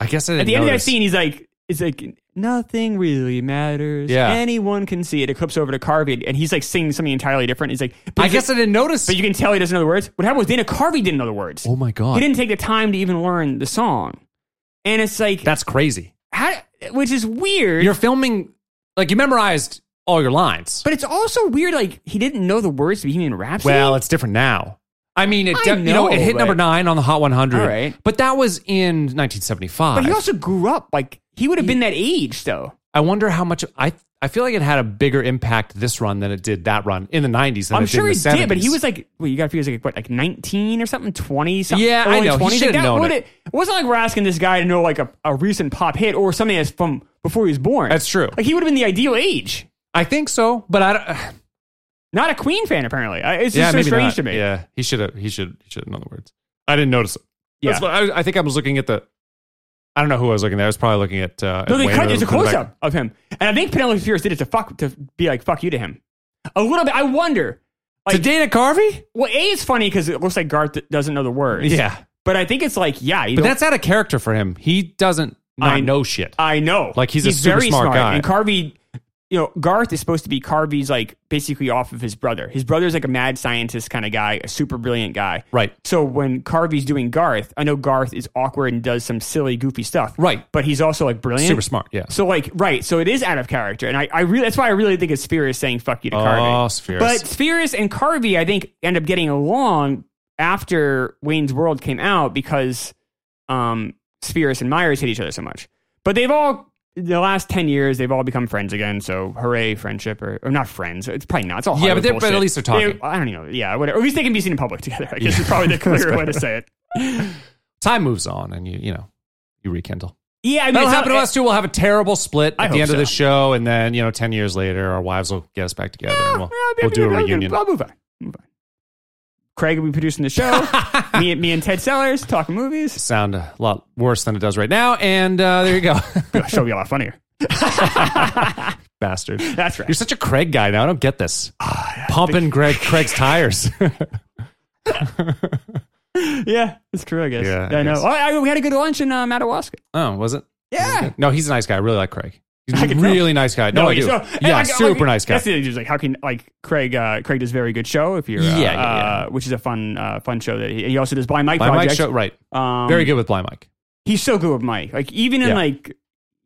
S1: I guess I didn't
S2: At the end
S1: notice.
S2: of that scene, he's like, "It's like nothing really matters.
S1: Yeah.
S2: anyone can see it." It clips over to Carvey, and he's like singing something entirely different. He's like,
S1: I guess I didn't notice.
S2: but you can tell he doesn't know the words." What happened was Dana Carvey didn't know the words.
S1: oh my
S2: He
S1: god,
S2: didn't take the time to even learn the song, and it's like
S1: that's crazy.
S2: how, which is weird.
S1: You're filming like you memorized all your lines.
S2: but it's also weird. Like he didn't know the words to Bohemian Rhapsody.
S1: Well, it's different now. I mean, it
S2: I
S1: de- you know
S2: know,
S1: it hit
S2: but-
S1: number nine on the Hot 100,
S2: All right.
S1: but that was in 1975.
S2: but he also grew up. Like he would have been that age though.
S1: I wonder how much I I feel like it had a bigger impact this run than it did that run in the nineties.
S2: I'm sure he
S1: did in the
S2: did, but he
S1: 70s.
S2: was like, well, you got to figure he was like what, like 19 or something, 20 something.
S1: Yeah, I
S2: early
S1: know. He
S2: 20s. Like,
S1: should've
S2: that
S1: known
S2: would-
S1: it.
S2: It wasn't like we're asking this guy to know like a, a recent pop hit or something that's from before he was born.
S1: That's true.
S2: Like he would have been the ideal age.
S1: I think so, but I don't.
S2: Not a Queen fan apparently. I- It's just
S1: yeah,
S2: so
S1: maybe
S2: strange
S1: not.
S2: to me.
S1: Yeah, he should have. He should. He should. In other words, I didn't notice it.
S2: Yeah.
S1: That's what- I, I think I was looking at the. I don't know who I was looking at. I was probably looking at. Uh,
S2: No,
S1: at
S2: they
S1: Wayne
S2: cut.
S1: or
S2: It's a
S1: the back.
S2: close up of him, and I think Penelope Pierce did it to fuck to be like fuck you to him. A little bit. I wonder.
S1: to Dana Carvey.
S2: Well, a is funny because it looks like Garth doesn't know the words.
S1: Yeah,
S2: but I think it's like yeah. You
S1: but
S2: don't-
S1: that's out of character for him. He doesn't not
S2: I-
S1: know shit.
S2: I know.
S1: Like, he's a super
S2: very
S1: smart guy.
S2: And Carvey, you know, Garth is supposed to be Carvey's like basically off of his brother. His brother's like a mad scientist kind of guy, a super brilliant guy.
S1: Right.
S2: So when Carvey's doing Garth, I know Garth is awkward and does some silly, goofy stuff.
S1: Right.
S2: But he's also like brilliant.
S1: Super smart. Yeah.
S2: So like right, so it is out of character, and I, I really that's why I really think it's Spheris saying "fuck you" to
S1: Oh,
S2: Carvey.
S1: Spheris.
S2: But Spheris and Carvey, I think, end up getting along after Wayne's World came out because um, Spheris and Myers hate each other so much. But they've all the last ten years they've all become friends again. So hooray, friendship or, or not friends? It's probably not. It's all
S1: Yeah,
S2: Hollywood
S1: but they're- but at
S2: bullshit.
S1: least they're talking.
S2: They- I don't know. Yeah, whatever. Or at least they can be seen in public together. I guess is probably the clearer way to say it.
S1: Time moves on, and you you know you rekindle.
S2: Yeah, I mean,
S1: That'll
S2: it's
S1: happen
S2: not-
S1: to us too. We'll have a terrible split
S2: I
S1: at the end
S2: hope
S1: of
S2: so.
S1: the show, and then you know, ten years later, our wives will get us back together, and we'll,
S2: Yeah, I'll be-
S1: we'll
S2: I'll be-
S1: do a
S2: I'll be-
S1: reunion.
S2: I'll move on. Move on. Craig will be producing the show. me, and- me and Ted Sellers talking movies.
S1: Sound a lot worse than it does right now, and uh, there you go,
S2: The show will be a lot funnier.
S1: bastard.
S2: That's right.
S1: You're such a Craig guy now. I don't get this. Pumping Greg Craig's tires.
S2: yeah, it's true. I guess.
S1: Yeah, I
S2: I, know.
S1: guess.
S2: Oh, I, we had a good lunch in uh, Madawaska.
S1: oh, was it?
S2: Yeah.
S1: No, he's a nice guy. I really like Craig. He's
S2: I
S1: a
S2: can tell.
S1: really nice guy. No, I do.
S2: he's-
S1: yeah,
S2: and like-
S1: super
S2: like,
S1: nice guy.
S2: That's the thing. Just like how can like Craig? Uh, Craig does a very good show. If you're uh,
S1: Yeah, yeah, yeah.
S2: Uh, which is a fun uh, fun show that he, he also does. Blind Mike
S1: Blind Mike
S2: Project.
S1: show, right?
S2: Um,
S1: Very good with Blind Mike.
S2: He's so good with Mike. Like even in
S1: Yeah.
S2: like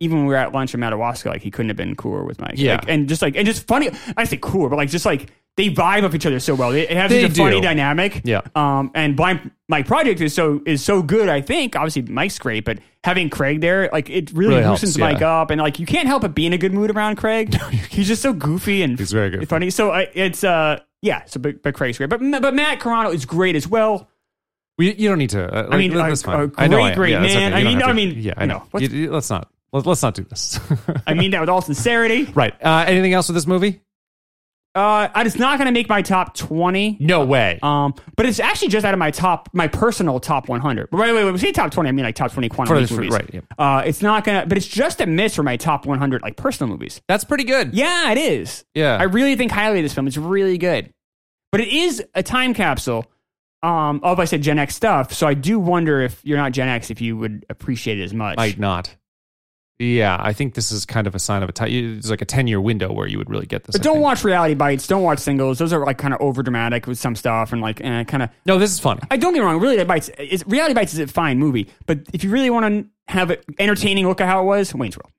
S2: even when we were at lunch in Madawaska, like he couldn't have been cooler with Mike.
S1: Yeah.
S2: Like, and just like and just funny. I say cooler, but like just like they vibe off each other so well. They, they have such
S1: They
S2: a funny
S1: do.
S2: dynamic.
S1: Yeah.
S2: Um. And blind Mike project is so is so good. I think obviously Mike's great, but having Craig there, like it really,
S1: Really helps,
S2: loosens
S1: yeah.
S2: Mike up, and like you can't help but be in a good mood around Craig. He's just so goofy and
S1: He's very good.
S2: funny. So uh, it's uh yeah. So but, but Craig's great, but but Matt Carano is great as well.
S1: We, you don't need to. Uh,
S2: mean,
S1: like,
S2: a-
S1: that's fine.
S2: a
S1: I know
S2: great,
S1: I am.
S2: great
S1: yeah, that's
S2: man.
S1: okay. You
S2: I
S1: don't
S2: mean-
S1: have
S2: I
S1: to-
S2: mean,
S1: yeah, I
S2: you
S1: know.
S2: know, what's-
S1: You- you- let's not. Let, us not do this.
S2: I mean that with all sincerity.
S1: right. Uh, anything else with this movie?
S2: Uh, it's not going to make my top 20.
S1: No way.
S2: Um, but it's actually just out of my top, my personal top 100. But wait, wait, wait. When we say top 20, I mean like top 20 quantum
S1: For
S2: Leap
S1: the- for-
S2: movies.
S1: right, yeah.
S2: Uh, it's not gonna, but it's just a miss for my top 100 like personal movies.
S1: That's pretty good.
S2: Yeah, it is.
S1: Yeah.
S2: I really think highly of this film. It's really good, but it is a time capsule Um, although I said Gen X stuff, so I do wonder if you're not Gen X, if you would appreciate it as much.
S1: might not. Yeah, I think this is kind of a sign of a ti It's like a ten-year window where you would really get this.
S2: but
S1: I
S2: don't
S1: think.
S2: watch reality bites. Don't watch singles. Those are like kind of over dramatic with some stuff and like eh, kind of.
S1: No, this is funny.
S2: I don't get me wrong. Reality bites is reality bites is a fine movie, but if you really want to have an entertaining look at how it was, Wayne's World.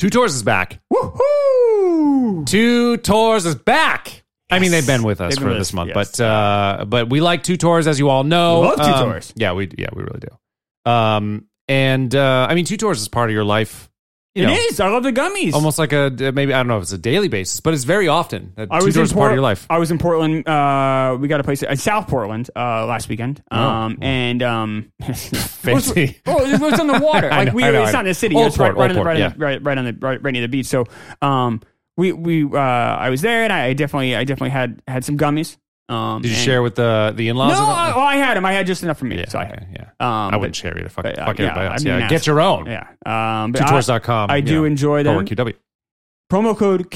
S1: Two tours is back.
S2: Woohoo!
S1: Two tours is back. I mean, they've been with us
S2: They've been
S1: for
S2: with
S1: this
S2: us,
S1: month,
S2: yes.
S1: but uh, but we like two tours, as you all know.
S2: Love Two
S1: Um,
S2: Tours.
S1: Yeah, we yeah we really do. Um, and uh, I mean, two tours is part of your life. You
S2: It
S1: know,
S2: is. I love the gummies.
S1: almost like a maybe I don't know if it's a daily basis, but it's very often that
S2: I
S1: two
S2: was in
S1: tours is part
S2: Port-
S1: of your life.
S2: I was in Portland. Uh, we got a place in South Portland uh, last weekend, um, and um,
S1: Oh, Fancy.
S2: Oh, it was on the water.
S1: I
S2: Like
S1: know,
S2: we,
S1: I know, I
S2: it's
S1: know.
S2: not in the city.
S1: Old
S2: it's right,
S1: Port, Old
S2: right, on the,
S1: Port,
S2: right, on
S1: yeah.
S2: the, right, right on the right, right near the beach. So um, we we uh, I was there, and I, I definitely I definitely had had some gummies. Um,
S1: Did you
S2: and-
S1: share with the the in
S2: No,
S1: laws?
S2: I, oh, I had them. I had just enough for me, so I had.
S1: yeah, yeah.
S2: Um,
S1: I
S2: but-
S1: wouldn't share either. Fuck,
S2: but, uh,
S1: fuck
S2: yeah,
S1: everybody else.
S2: I mean,
S1: yeah,
S2: that's-
S1: get your own. Yeah.
S2: Yeah, um, but I,
S1: Tutors.com.
S2: I do
S1: yeah.
S2: enjoy them.
S1: Forward QW.
S2: Promo code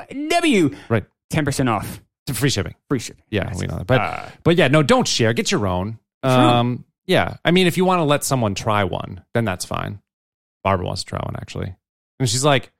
S2: QW.
S1: Right.
S2: ten percent off.
S1: To free shipping.
S2: Free shipping.
S1: Yeah,
S2: That's
S1: we
S2: it.
S1: know that. But
S2: Uh,
S1: but yeah, no, don't share. Get your own. Um, yeah. I mean, if you want to let someone try one, then that's fine. Barbara wants to try one actually, and she's like,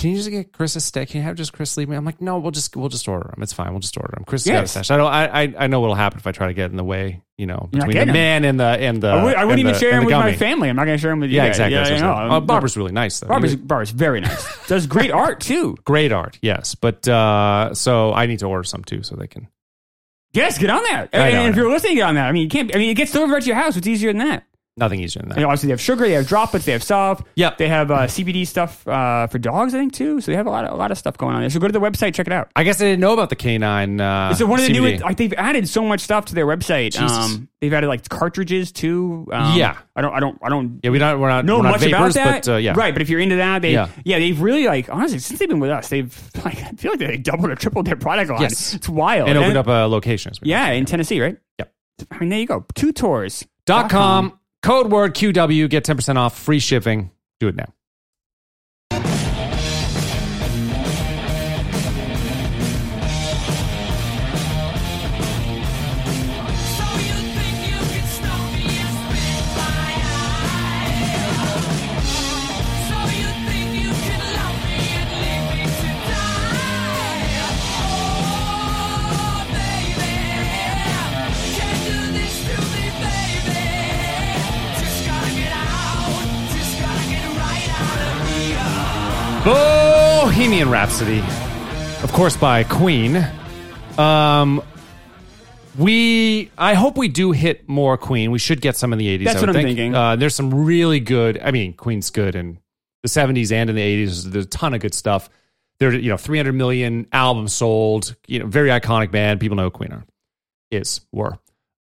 S1: "Can you just get Chris a stick? Can you have just Chris leave me?" I'm like, "No, we'll just we'll just order them. It's fine. We'll just order them. Chris has got a
S2: Yes.
S1: stash. I don't. I, I I know what'll happen if I try to get in the way. You know,
S2: You're
S1: between
S2: not
S1: the
S2: getting 'em.
S1: man and the and the.
S2: I, would, I
S1: uh, and
S2: wouldn't even
S1: the-
S2: share
S1: and
S2: them
S1: the
S2: with my
S1: gummy.
S2: family. I'm not going to share them with you.
S1: Yeah,
S2: guys.
S1: exactly.
S2: Yeah,
S1: that's what
S2: you
S1: I'm
S2: know,
S1: saying.
S2: I'm-
S1: Oh, Barbara's really nice though.
S2: Barbara's, Barbara's very nice. Does great art too.
S1: great art yes but uh so i need to order some too so they can
S2: Yes, get on that.
S1: I know,
S2: And,
S1: I
S2: and if
S1: know.
S2: you're listening, get on that. I mean, you can't. I mean, it gets delivered to your house. It's easier than that.
S1: nothing easier than that
S2: You know, obviously, they have sugar. They have droplets. They have soft.
S1: Yep.
S2: They have uh, CBD stuff uh, for dogs, I think, too. So they have a lot of a lot of stuff going on there. So go to the website, check it out.
S1: i guess i didn't know about the canine uh
S2: It's one of the
S1: CBD.
S2: new. Like they've added so much stuff to their website.
S1: Jesus.
S2: Um, they've added like cartridges too. Um,
S1: Yeah.
S2: I don't. I don't. I don't.
S1: yeah we don't we're not
S2: know
S1: we're not
S2: much about
S1: vapors,
S2: that.
S1: but uh, yeah
S2: Right, but if you're into that, they
S1: Yeah.
S2: yeah. they've really like honestly since they've been with us, they've like I feel like they doubled or tripled their product line.
S1: Yes.
S2: It's wild.
S1: and opened
S2: And-
S1: up uh, a location as we-
S2: Yeah, in Tennessee, right?
S1: Yep.
S2: I mean, there you go. Two tours.
S1: dot com code word qw get 10% off free shipping do it now
S3: So you think you can stop me and spit my eye? So you think you can love me and leave me to die? Oh, baby, can't do this to me, baby. Just gotta get out, just gotta get right out of here.
S1: Bohemian Rhapsody, of course, by Queen. Um, we, I hope we do hit more Queen. We should get some in the eighties.
S2: That's
S1: I would
S2: what I'm
S1: think.
S2: thinking.
S1: Uh, there's some really good. I mean, Queen's good in the seventies and in the eighties. There's a ton of good stuff. There, you know, 300 million albums sold. You know, very iconic band. People know who Queen are is were.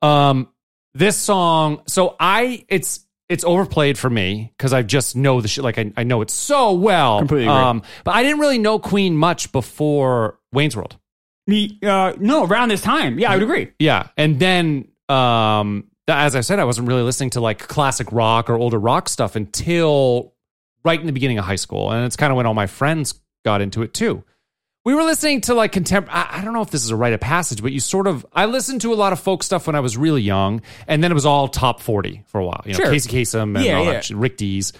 S1: Um, this song, so I it's it's overplayed for me because I just know the shit. Like I, I know it so well.
S2: Completely agree.
S1: Um, but I didn't really know Queen much before Wayne's World.
S2: The, uh, no, around this time. Yeah, I would
S1: Mm.
S2: agree.
S1: Yeah, and then um, th- as I said, I wasn't really listening to like classic rock or older rock stuff until right in the beginning of high school, and it's kind of when all my friends got into it too. We were listening to like contemporary. I I don't know if this is a rite of passage, but you sort of. I listened to a lot of folk stuff when I was really young, and then it was all top forty for a while. You know,
S2: Sure.
S1: Casey Kasem and
S2: Yeah,
S1: all
S2: yeah.
S1: that shit, Rick Dees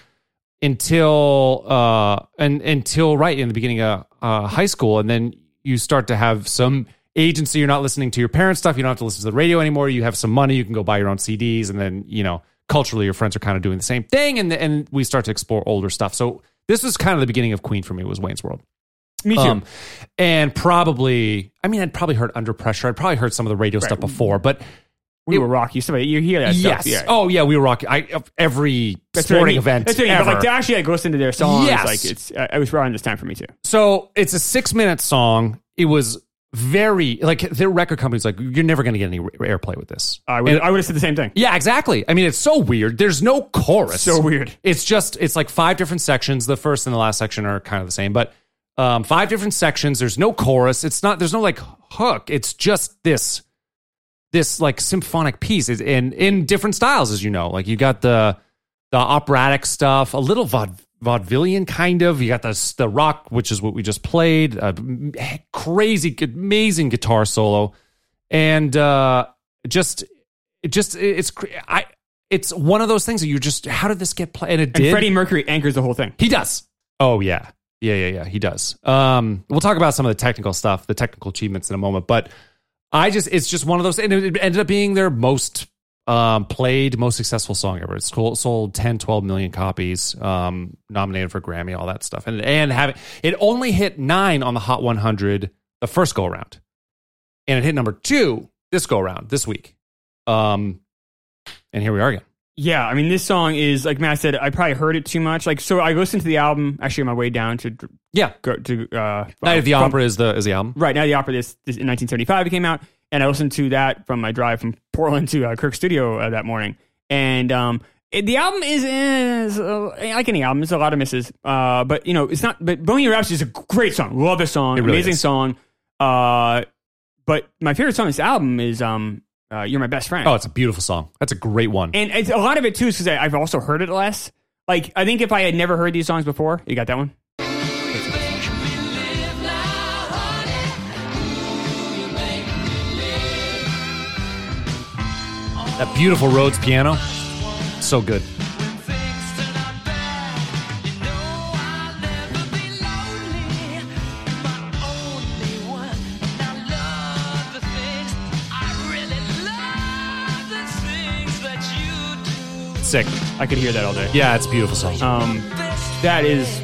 S1: until uh and until right in the beginning of uh, high school and then you start to have some agency you're not listening to your parents stuff you don't have to listen to the radio anymore you have some money you can go buy your own CDs and then you know culturally your friends are kind of doing the same thing and and we start to explore older stuff so this was kind of the beginning of Queen for me was Wayne's World
S2: Me too.
S1: um, and probably I mean I'd probably heard Under Pressure I'd probably heard some of the radio stuff before but
S2: we were rocky. Somebody, you hear that?
S1: yes
S2: Stuff. Yeah.
S1: oh yeah we were rocking I, of every
S2: what I
S1: sporting
S2: mean.
S1: event
S2: That's what I mean. But,
S1: ever.
S2: like to actually like listen to their songs.
S1: Yes.
S2: Like it's, uh, it was around this time for me too.
S1: So it's a six minute song. It was very like their record company's like you're never going to get any airplay with this. uh,
S2: I would, I would have said the same thing.
S1: Yeah, exactly. I mean, it's so weird. There's no chorus.
S2: So weird.
S1: It's just it's like five different sections. The first and the last section are kind of the same, but um, five different sections. There's no chorus. It's not. There's no like hook. It's just this this like symphonic piece is in in different styles, as you know. Like you got the the operatic stuff, a little vaude, vaudevillian kind of. You got the the rock, which is what we just played. A crazy, amazing guitar solo, and uh, just it just it's cr- I it's one of those things that you just how did this get played? And it
S2: And
S1: did.
S2: Freddie Mercury anchors the whole thing.
S1: He does. Oh yeah. Yeah, yeah, yeah. He does. Um, we'll talk about some of the technical stuff, the technical achievements in a moment, but I just it's just one of those and it ended up being their most um, played, most successful song ever. It's sold, sold 10, 12 million copies, um, nominated for Grammy, all that stuff. And and having it only hit 9 on the Hot 100 the first go around. And it hit number 2 this go around this week. Um, and here we are again.
S2: Yeah, I mean, this song is like Matt said. I probably heard it too much. Like, so I listened to the album actually on my way down to dr-
S1: Yeah.
S2: go to uh,
S1: Night of the
S2: from-
S1: Opera is the is the album.
S2: Right now, the opera this, this in 1975 it came out, and I listened to that from my drive from Portland to uh, Kirk Studio uh, that morning. And um, it- the album is, is uh, like any album, it's a lot of misses. Uh, but you know, it's not. But Bohemian Rhapsody is a great song. Love the song.
S1: It really
S2: amazing
S1: is.
S2: song. Uh, but my favorite song on this album is um, uh, "You're My Best Friend."
S1: Oh, it's a beautiful song. That's a great one.
S2: and it's a lot of it too is because I've also heard it less. Like I think if I had never heard these songs before, you got that one.
S1: That beautiful Rhodes piano. So good. Sick.
S2: I could hear that all day.
S1: Yeah, it's a beautiful song.
S2: Um, that is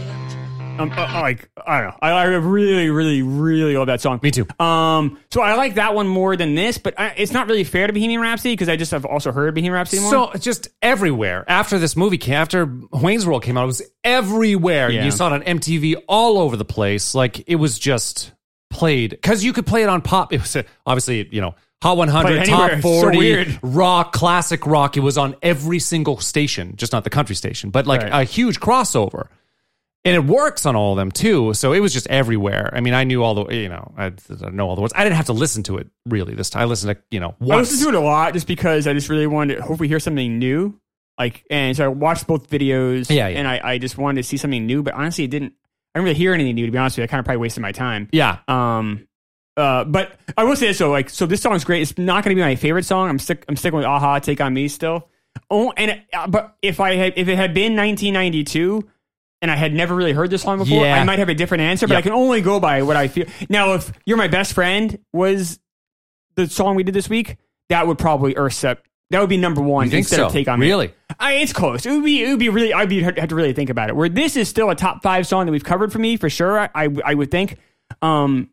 S2: um, uh, uh, like I don't know. I, I really, really, really love that song.
S1: Me too.
S2: Um, so I like that one more than this, but I, it's not really fair to Bohemian Rhapsody because I just have also heard Bohemian Rhapsody more.
S1: So just everywhere after this movie came, after Wayne's World came out, it was everywhere.
S2: Yeah.
S1: You saw it on MTV all over the place. Like it was just played because you could play it on pop. It was uh, obviously you know Hot 100,
S2: Played anywhere.
S1: Top
S2: It's so
S1: 40,
S2: weird.
S1: rock, classic rock. It was on every single station, just not the country station, but like
S2: Right.
S1: a huge crossover. And it works on all of them too. So it was just everywhere. I mean, I knew all the, you know, I, I know all the words. I didn't have to listen to it really this time. I listened to, you know,
S2: I
S1: once.
S2: listened to it a lot just because I just really wanted to hopefully hear something new. Like, and so I watched both videos.
S1: Yeah, yeah.
S2: And I, I just wanted to see something new, but honestly, it didn't. I didn't really hear anything new. To be honest with you, I kind of probably wasted my time.
S1: yeah.
S2: Um, uh, but I will say this though, like, so this song's great. It's not going to be my favorite song. I'm stick. I'm sticking with Aha, Take on Me still. Oh, and uh, but if I had, if it had been 1992. And I had never really heard this song before.
S1: Yeah.
S2: I might have a different answer, but
S1: Yeah.
S2: I can only go by what I feel. Now, if "You're My Best Friend" was the song we did this week, that would probably usurp. That would be number one
S1: You think
S2: instead
S1: so?
S2: of "Take on Me."
S1: Really?
S2: I, it's close. It would be, it would be really, I'd be, have to really think about it. Where this is still a top five song that we've covered for me, for sure, I, I, I would think. Um,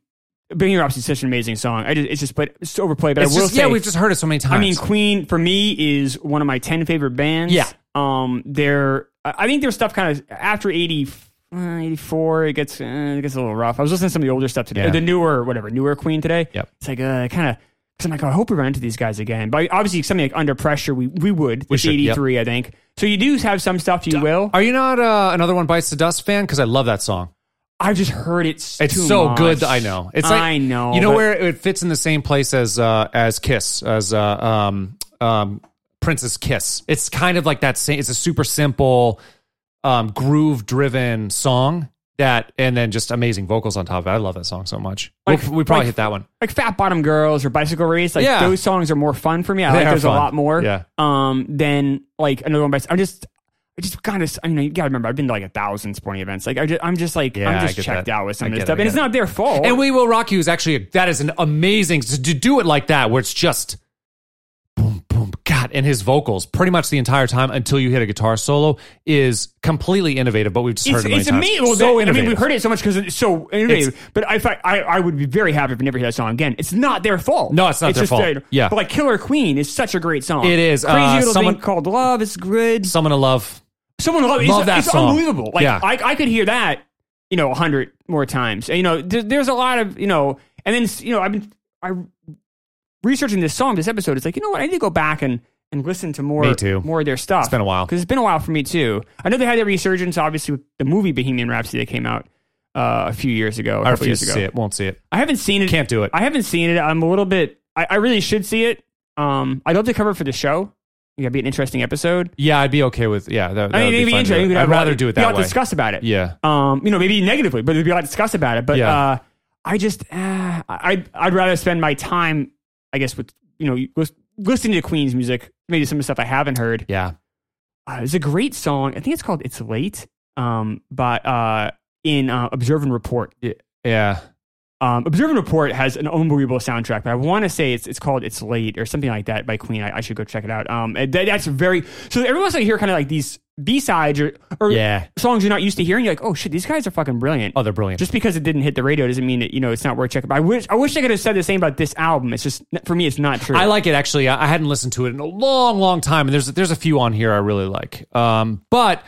S2: Bohemian Rhapsody is such an amazing song. I just, it's just, but it's overplayed, but
S1: It's
S2: I will
S1: just,
S2: say,
S1: yeah, we've just heard it so many times.
S2: I mean, Queen for me is one of my 10 favorite bands.
S1: Yeah.
S2: Um, they're, I I think their stuff kind of after 80, uh, 84, it gets, uh, it gets a little rough. I was listening to some of the older stuff today,
S1: Yeah.
S2: the newer, whatever, newer Queen today.
S1: Yep.
S2: It's like, uh, kind of, because I'm like, oh, I hope we run into these guys again. But obviously, something like Under Pressure, we, we would.
S1: We
S2: it's
S1: should, yep.
S2: 83, I think. So you do have some stuff you will.
S1: Are you not uh, another one bites the dust fan? Because I love that song.
S2: I've just heard it. s-
S1: It's
S2: too
S1: so
S2: much.
S1: good. I know. It's like,
S2: I know.
S1: You know
S2: but-
S1: where it fits in the same place as uh, as Kiss as uh, um, um, Prince's Kiss. It's kind of like that same. It's a super simple, um, groove driven song that, and then just amazing vocals on top of it. I love that song so much. We'll-
S2: Like-
S1: we probably
S2: like-
S1: hit that one.
S2: like Fat Bottom Girls or Bicycle Race, like
S1: Yeah.
S2: those songs are more fun for me. I
S1: They
S2: like
S1: are
S2: those
S1: fun.
S2: a lot more.
S1: Yeah.
S2: Um, than like another one by I'm just I just kind of I mean you gotta remember I've been to like a thousand sporting events. Like I just, I'm just like
S1: Yeah, I
S2: I'm just
S1: get
S2: checked
S1: that.
S2: out
S1: I
S2: with some of
S1: get
S2: this
S1: it,
S2: stuff,
S1: I
S2: and it's
S1: get it.
S2: not their fault.
S1: And We Will Rock You is actually a, that is an amazing to do it like that where it's just boom boom god and his vocals pretty much the entire time until you hit a guitar solo is completely innovative but we've just
S2: it's,
S1: heard it
S2: it's
S1: many times.
S2: amazing. Well,
S1: so
S2: that- I mean,
S1: innovative.
S2: we heard it so much because it's so innovative. but I, fi- I, I would be very happy if we never hear that song again. It's not their fault.
S1: No, it's not their
S2: just
S1: fault. Yeah.
S2: But like Killer Queen is such a great song.
S1: It is.
S2: Crazy
S1: Uh,
S2: little
S1: someone-
S2: thing called Love is good.
S1: someone to love
S2: Someone love,
S1: Love
S2: it's,
S1: that
S2: it's
S1: song.
S2: unbelievable. Like
S1: Yeah.
S2: I, I could hear that, you know, a hundred more times. And, you know, there, there's a lot of you know, and then you know, I've been I researching this song this episode. It's like you know what, I need to go back and and listen to more
S1: Me too.
S2: more of their stuff.
S1: It's been a while.
S2: because it's been a while for me too. I know they had their resurgence, obviously, with the movie Bohemian Rhapsody that came out uh, a few years ago. A
S1: I
S2: couple
S1: refuse
S2: years
S1: to
S2: ago,
S1: see it won't see it
S2: I haven't seen it.
S1: Can't do it.
S2: I haven't seen it. I'm a little bit. I, I really should see it. Um, I'd love to cover it for the show. It'd be an interesting episode.
S1: yeah I'd be okay with yeah that, that
S2: I mean,
S1: would
S2: it'd be
S1: fine to do
S2: interesting.
S1: it.
S2: We could
S1: I'd
S2: have a
S1: rather
S2: lot-
S1: do it
S2: be a
S1: that
S2: lot to
S1: way
S2: discuss about it.
S1: yeah
S2: Um, you know, maybe negatively, but there'd be a lot to discuss about it. But
S1: Yeah.
S2: uh, I just, uh, I, I'd rather spend my time, I guess, with you know, you- listening to Queen's music, maybe some of the stuff I haven't heard.
S1: Yeah.
S2: Uh, there's a great song. I think it's called "It's Late," um, but uh, in uh, Observe and Report.
S1: Yeah.
S2: Um, Observe and Report has an unbelievable soundtrack, but I want to say it's it's called "It's Late" or something like that by Queen. I, I should go check it out. Um, and that, that's very so. Every once in a while you hear kind of like these B sides or, or
S1: Yeah.
S2: songs you're not used to hearing. You're like, oh shit, these guys are fucking brilliant.
S1: Oh, they're brilliant.
S2: Just because it didn't hit the radio doesn't mean that you know it's not worth checking. But I wish I wish I could have said the same about this album. It's just for me, it's not true.
S1: I like it actually. I I hadn't listened to it in a long, long time, and there's there's a few on here I really like. Um, but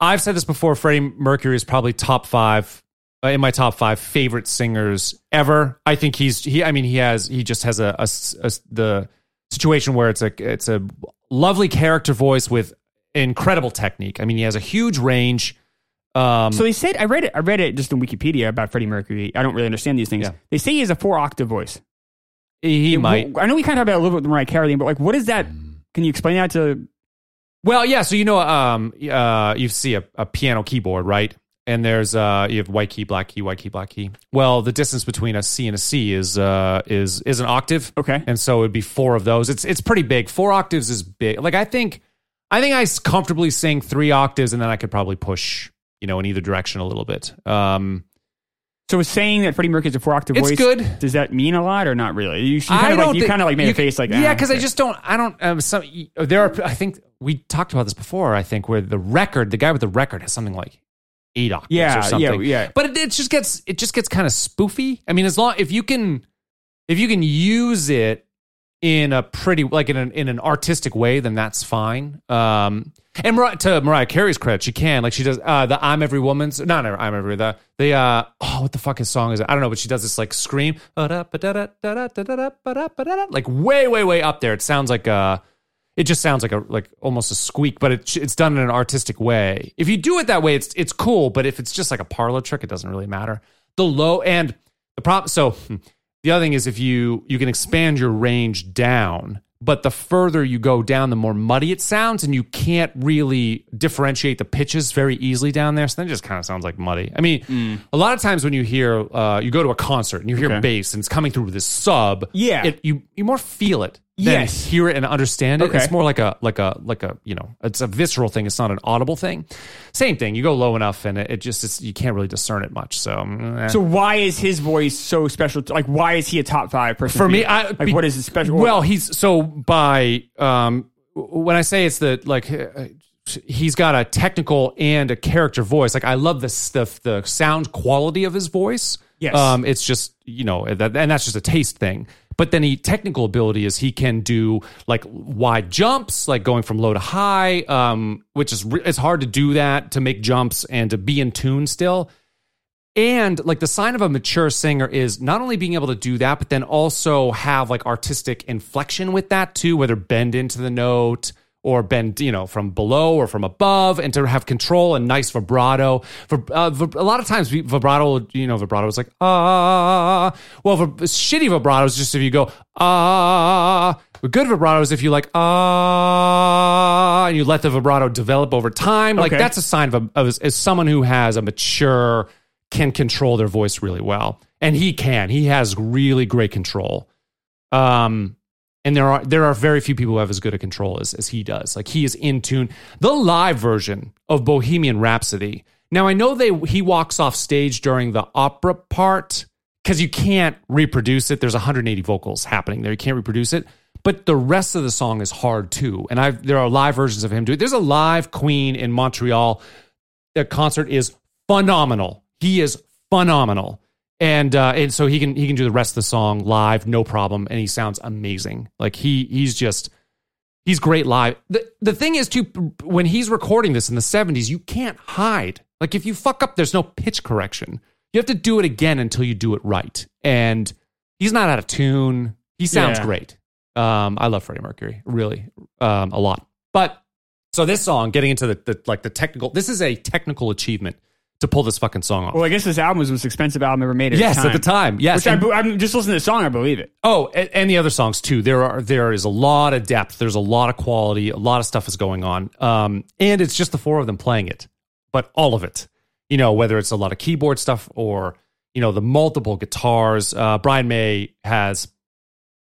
S1: I've said this before. Freddie Mercury is probably top five uh, in my top five favorite singers ever. I think he's he. I mean, he has he just has a, a s- a s- the situation where it's a it's a lovely character voice with incredible technique. I mean, he has a huge range. Um,
S2: So they said I read it. I read it just in Wikipedia about Freddie Mercury. I don't really understand these things.
S1: Yeah.
S2: They say he has a four octave voice.
S1: he might
S2: I know we kind of talked about it a little bit with Mariah Carey, thing, but like, what is that?
S1: Mm.
S2: Can you explain that to?
S1: Well, yeah. So you know, um, uh, you see a, a piano keyboard, right? And there's uh, you have white key, black key, white key, black key. Well, the distance between a C and a C is uh, is is an octave.
S2: Okay.
S1: And so it'd be four of those. It's it's pretty big. Four octaves is big. Like I think, I think I s- comfortably sing three octaves, and then I could probably push, you know, in either direction a little bit. Um,
S2: So is saying that Freddie Mercury has a four octave
S1: It's
S2: voice
S1: good.
S2: Does that mean a lot or not really? You, you kind
S1: I
S2: of
S1: don't
S2: like you
S1: thi-
S2: kind of like made a face like
S1: yeah,
S2: ah,
S1: because I just don't. I don't. Um, some there are. I think we talked about this before. I think where the record, the guy with the record, has something like eight octaves
S2: Yeah,
S1: or
S2: yeah,
S1: something.
S2: yeah.
S1: But it, it just gets it just gets kind of spoofy. I mean, as long if you can if you can use it in a pretty like in an in an artistic way, then that's fine. Um, and Mar- to Mariah Carey's credit, she can like she does uh, the "I'm Every Woman's" not "I'm Every" the the uh, oh what the fuck his song is it? I don't know, but she does this like scream like way way way up there. It sounds like uh it just sounds like a like almost a squeak, but it, it's done in an artistic way. If you do it that way, it's it's cool. But if it's just like a parlor trick, it doesn't really matter. The low and the prop. So hmm, the other thing is if you you can expand your range down, but the further you go down, the more muddy it sounds, and you can't really differentiate the pitches very easily down there. So then it just kind of sounds like muddy. I mean, a lot of times when you hear uh, you go to a concert and you hear
S2: Mm. Okay.
S1: bass and it's coming through this sub,
S2: Yeah.
S1: it, you you more feel it. than
S2: Yes.
S1: hear it and understand it.
S2: Okay.
S1: It's more like a like a like a you know, it's a visceral thing. It's not an audible thing. Same thing. You go low enough, and it, it just it's, you can't really discern it much. So, eh.
S2: So why is his voice so special? To, like, why is he a top five person
S1: for
S2: you?
S1: me, I,
S2: like, what is his special?
S1: Well, he's so by um when I say it's the like. uh, He's got a technical and a character voice. Like I love the the, the sound quality of his voice.
S2: Yes.
S1: um, it's just you know, that, and that's just a taste thing. But then he technical ability is he can do like wide jumps, like going from low to high, um, which is re- it's hard to do that to make jumps and to be in tune still. And like the sign of a mature singer is not only being able to do that, but then also have like artistic inflection with that too, whether bend into the note or bend, you know, from below or from above, and to have control and nice vibrato. For uh, vib- a lot of times, we- vibrato, you know, vibrato is like ah. Well, vib- shitty vibrato is just if you go ah. But Good vibrato is if you like ah, and you let the vibrato develop over time. Like
S2: Okay.
S1: that's a sign of, a, of is someone who has a mature can control their voice really well and he can he has really great control um and there are there are very few people who have as good a control as, as he does like he is in tune the live version of bohemian rhapsody now i know they he walks off stage during the opera part because you can't reproduce it there's 180 vocals happening there you can't reproduce it but the rest of the song is hard too and i have there are live versions of him do it there's a live queen in montreal the concert is phenomenal. He is phenomenal, and uh, and so he can he can do the rest of the song live, no problem, and he sounds amazing. Like he he's just he's great live. The the thing is too when he's recording this in the seventies, you can't hide. Like if you fuck up, there's no pitch correction. You have to do it again until you do it right. And he's not out of tune. He sounds
S2: Yeah.
S1: great. Um, I love Freddie Mercury really um, a lot, but so this song, getting into the, the like the technical, this is a technical achievement to pull this fucking song off.
S2: well, I guess this album was the most expensive album ever made. At
S1: yes,
S2: the time.
S1: at the time, yes.
S2: Which I,
S1: And-
S2: be- I'm just listening to the song. I believe it.
S1: oh, and, and the other songs too. There are there is a lot of depth. There's a lot of quality. A lot of stuff is going on. Um, and it's just the four of them playing it, but all of it. You know, whether it's a lot of keyboard stuff or you know the multiple guitars. Uh, Brian May has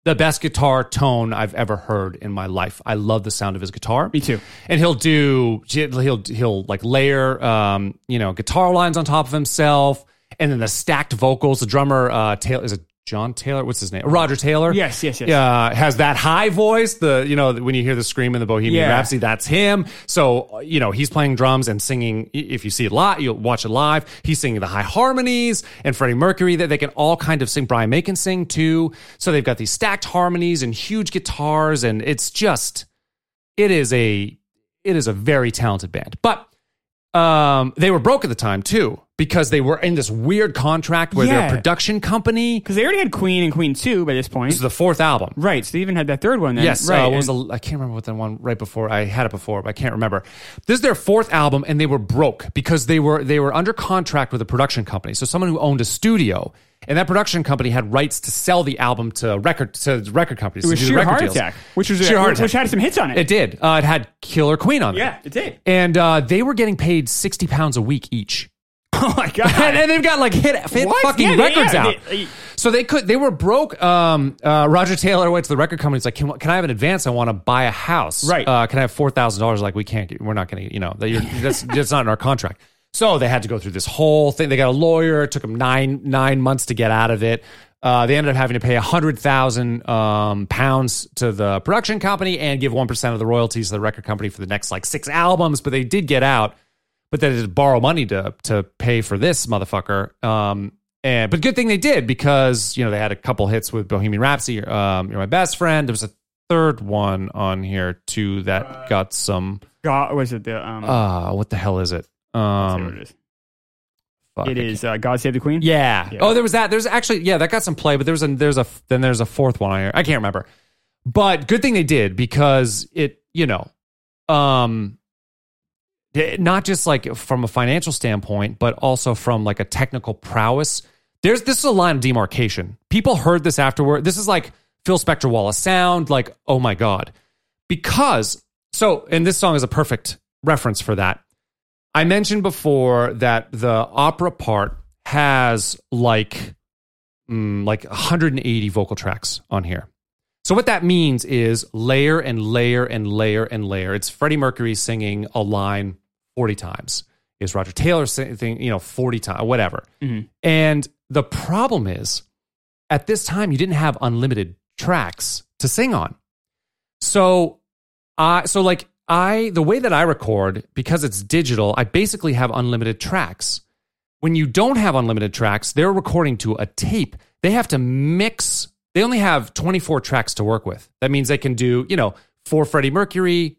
S1: the best guitar tone I've ever heard in my life. I love the sound of his guitar.
S2: Me too.
S1: And he'll do he'll he'll like layer um you know guitar lines on top of himself, and then the stacked vocals. The drummer uh Taylor is it John Taylor? What's his name? Roger Taylor.
S2: Yes, yes, yes.
S1: Uh, has that high voice. The you know when you hear the scream in the Bohemian
S2: Yeah.
S1: Rhapsody, that's him. So you know he's playing drums and singing. i- If you see it live, you'll watch it live. He's singing the high harmonies and Freddie Mercury. That they can all kind of sing. Brian May can sing too. So they've got these stacked harmonies and huge guitars, and it's just it is a it is a very talented band. But um, they were broke at the time too because they were in this weird contract where
S2: Yeah.
S1: their production company.
S2: Because they already had Queen and Queen 2 by this point.
S1: This is the fourth album.
S2: right. So they even had that third one then.
S1: Yes,
S2: Right.
S1: uh, what was
S2: and-
S1: the, I can't remember what the one right before I had it before, but I can't remember. This is their fourth album, and they were broke because they were they were under contract with a production company. So someone who owned a studio, and that production company had rights to sell the album to record to record companies.
S2: it was
S1: to do the
S2: Sheer
S1: record
S2: Heart
S1: deals.
S2: Attack, which, was
S1: Sheer Heart
S2: which
S1: Attack.
S2: had some hits on it.
S1: It did. Uh, it had Killer Queen on it.
S2: Yeah, it did.
S1: And uh, they were getting paid sixty pounds a week each.
S2: Oh my God.
S1: and, and they've got like hit, hit
S2: What?
S1: fucking
S2: Yeah, they-
S1: records
S2: yeah,
S1: out.
S2: they- they-
S1: so they could they were broke. Um, uh, Roger Taylor went to the record company. He's like, can, can I have an advance? I want to buy a house.
S2: Right.
S1: Uh, can I have four thousand dollars? Like we can't. Get, we're not going to. You know that you're, that's that's not in our contract. So they had to go through this whole thing. They got a lawyer. It took them nine nine months to get out of it. Uh, they ended up having to pay hundred thousand um, pounds to the production company and give one percent of the royalties to the record company for the next like six albums. But they did get out but they had to borrow money to to pay for this motherfucker. Um, and but good thing they did because you know they had a couple hits with Bohemian Rhapsody. Um, You're my best friend. There was a third one on here too that got some.
S2: God, was it the. Um,
S1: Uh, what the hell is it?
S2: I don't know
S1: Um,
S2: what it is.
S1: fuck,
S2: It
S1: I
S2: is uh, God Save the Queen?
S1: yeah.
S2: Yeah.
S1: Oh, there was that. There's actually yeah, that got some play, but there's a there's a then there's a fourth one. I, I can't remember. But good thing they did because it you know, um, it- not just like from a financial standpoint, but also from like a technical prowess. There's this is a line of demarcation. People heard this afterward. This is like Phil Spector Wall of Sound. Like oh my god, because so and this song is a perfect reference for that. I mentioned before that the opera part has like mm, like 180 vocal tracks on here. So what that means is layer and layer and layer and layer. It's Freddie Mercury singing a line 40 times. Is Roger Taylor singing, you know, 40 times, whatever. And the problem is at this time you didn't have unlimited tracks to sing on. So I so like I the way that I record because it's digital, I basically have unlimited tracks. When you don't have unlimited tracks, they're recording to a tape. They have to mix. They only have 24 tracks to work with. That means they can do, you know, four Freddie Mercury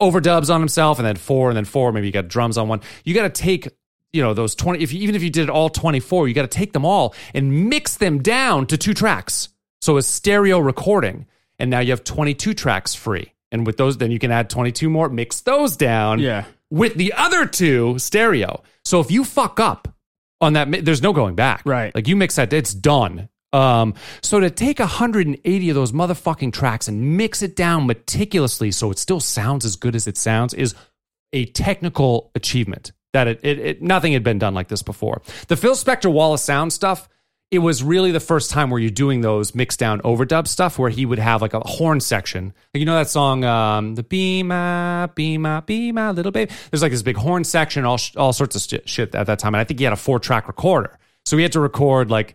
S1: overdubs on himself and then four and then four, maybe you got drums on one. You got to take you know those 20 if you, even if you did all 24 you got to take them all and mix them down to two tracks so a stereo recording and now you have 22 tracks free and with those then you can add 22 more mix those down
S2: Yeah.
S1: with the other two stereo so if you fuck up on that mi- there's no going back
S2: Right.
S1: like you mix that it's done um so to take 180 of those motherfucking tracks and mix it down meticulously so it still sounds as good as it sounds is a technical achievement that it, it, it nothing had been done like this before. The Phil Spector Wall of Sound stuff, it was really the first time where you're doing those mixed down overdub stuff where he would have like a horn section. Like you know that song, um, the be my, be my, be my little baby. There's like this big horn section, all sh- all sorts of sh- shit at that time, and I think he had a four track recorder, so he had to record like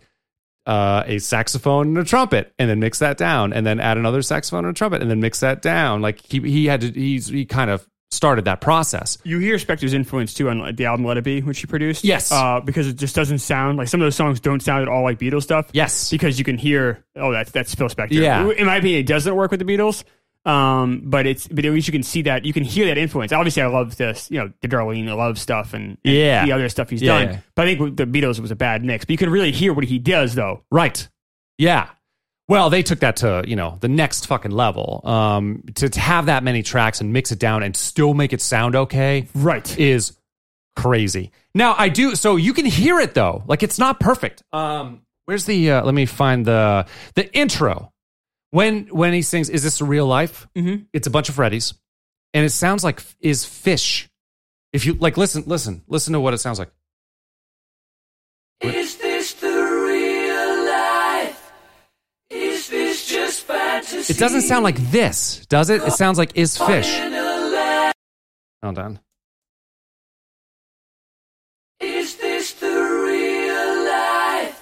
S1: uh, a saxophone and a trumpet, and then mix that down, and then add another saxophone and a trumpet, and then mix that down. Like he he had to he's, he kind of started that process.
S2: You hear Spector's influence too on the album Let It Be, which he produced.
S1: Yes.
S2: Uh, because it just doesn't sound like some of those songs don't sound at all like Beatles stuff.
S1: Yes.
S2: Because you can hear, oh, that's that's Phil Spector.
S1: Yeah.
S2: In my opinion, it doesn't work with the Beatles. Um, but it's but at least you can see that you can hear that influence. Obviously, I love this, you know, the Darlene, I love stuff and, and
S1: Yeah.
S2: the other stuff he's
S1: Yeah.
S2: done. But I think with the Beatles was a bad mix. But you can really hear what he does though.
S1: Right. Yeah. Well, they took that to, you know, the next fucking level. Um, to, to have that many tracks and mix it down and still make it sound okay
S2: Right.
S1: is crazy. Now, I do, so you can hear it though. Like it's not perfect. Um, where's the, uh, let me find the, the intro. When, when he sings, is this real life? Mm-hmm. It's a bunch of Freddy's and it sounds like f- is fish. If you like, listen, listen, listen to what it sounds like.
S4: Is this the real life? Is this just
S1: It doesn't sound like this, does it? It sounds like is fish. Hold on.
S4: Is this the real life?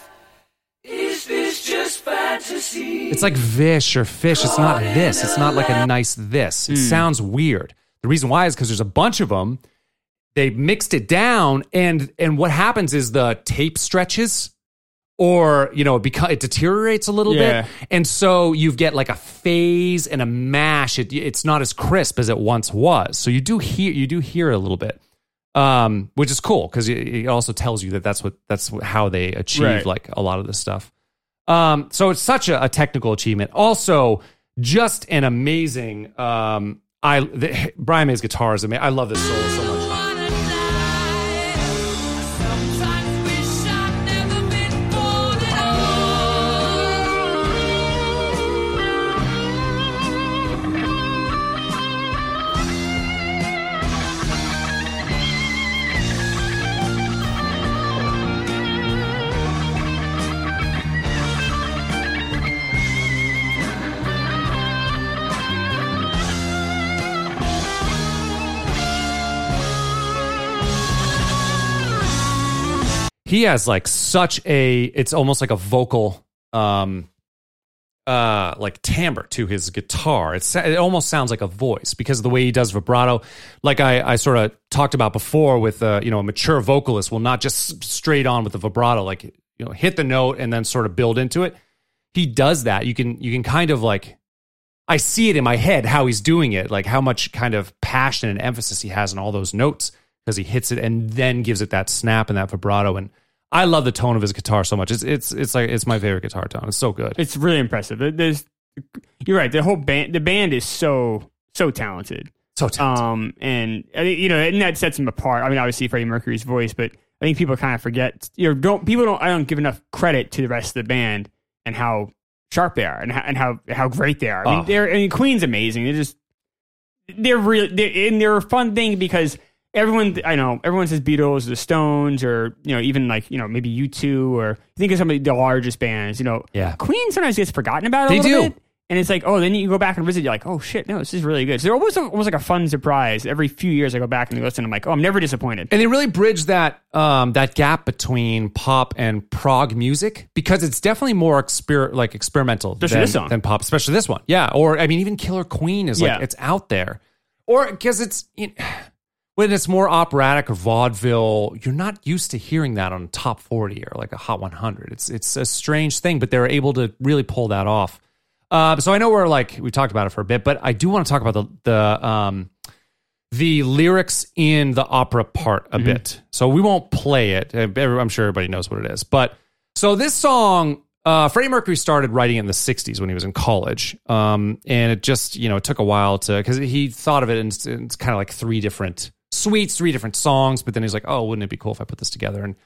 S4: Is this just fantasy?
S1: It's like vish or fish. It's not this. It's not like a nice this. It
S2: Hmm.
S1: sounds weird. The reason why is because there's a bunch of them. They mixed it down, and and what happens is the tape stretches, or you know, it beca- it deteriorates a little
S2: Yeah.
S1: bit, and so you get like a phase and a mash. It, it's not as crisp as it once was. So you do hear you do hear it a little bit, um, which is cool because it, it also tells you that that's what that's how they achieve
S2: Right.
S1: like a lot of this stuff. Um, so it's such a, a technical achievement. Also, just an amazing. Um, I the, Brian May's guitar is amazing. I love this solo so much. He has like such a. It's almost like a vocal. Um, uh, like timbre to his guitar. It's, it almost sounds like a voice because of the way he does vibrato. Like I, I sort of talked about before with, uh, you know, a mature vocalist will not just s- straight on with the vibrato, like, you know, hit the note and then sort of build into it. He does that. You can, you can kind of like, I see it in my head how he's doing it, like how much kind of passion and emphasis he has on all those notes because he hits it and then gives it that snap and that vibrato. And I love the tone of his guitar so much. It's, it's, it's like, it's my favorite guitar tone. It's so good.
S2: It's really impressive. There- There's, you're right. The whole band, the band is so so talented.
S1: so talented.
S2: Um, and I think, you know, and that sets them apart. I mean, obviously Freddie Mercury's voice, but I think people kind of forget. You know, don't people don't I don't give enough credit to the rest of the band and how sharp they are and how and how, how great they are. I mean,
S1: Oh.
S2: they're I mean Queen's amazing. They're just they're real they're, and they're a fun thing because everyone I know everyone says Beatles, the Stones, or you know even like you know maybe U two or think of some of the largest bands. You know,
S1: Yeah.
S2: Queen sometimes gets forgotten about. A
S1: They
S2: little
S1: do.
S2: bit. And it's like, oh, then you go back and visit. You're like, oh shit, no, this is really good. So they're almost almost like a fun surprise. Every few years, I go back and listen. I'm like, oh, I'm never disappointed.
S1: and they really bridge that um, that gap between pop and prog music because it's definitely more exper- like experimental
S2: Especially
S1: than,
S2: this song.
S1: than pop, especially this one. Yeah, or I mean, even Killer Queen is like
S2: Yeah.
S1: it's out there, or because it's you know, when it's more operatic or vaudeville, you're not used to hearing that on top forty or like a Hot 100. It's it's a strange thing, but they're able to really pull that off. Uh, so I know we're like we talked about it for a bit, but I do want to talk about the the um, the lyrics in the opera part a bit. So we won't play it. Uh, every- I'm sure everybody knows what it is. But so this song, uh, Freddie Mercury started writing it in the 60s when he was in college. Um, and it just, you know, it took a while to, because he thought of it in, in kind of like three different suites, three different songs. But then he's like, oh, wouldn't it be cool if I put this together? And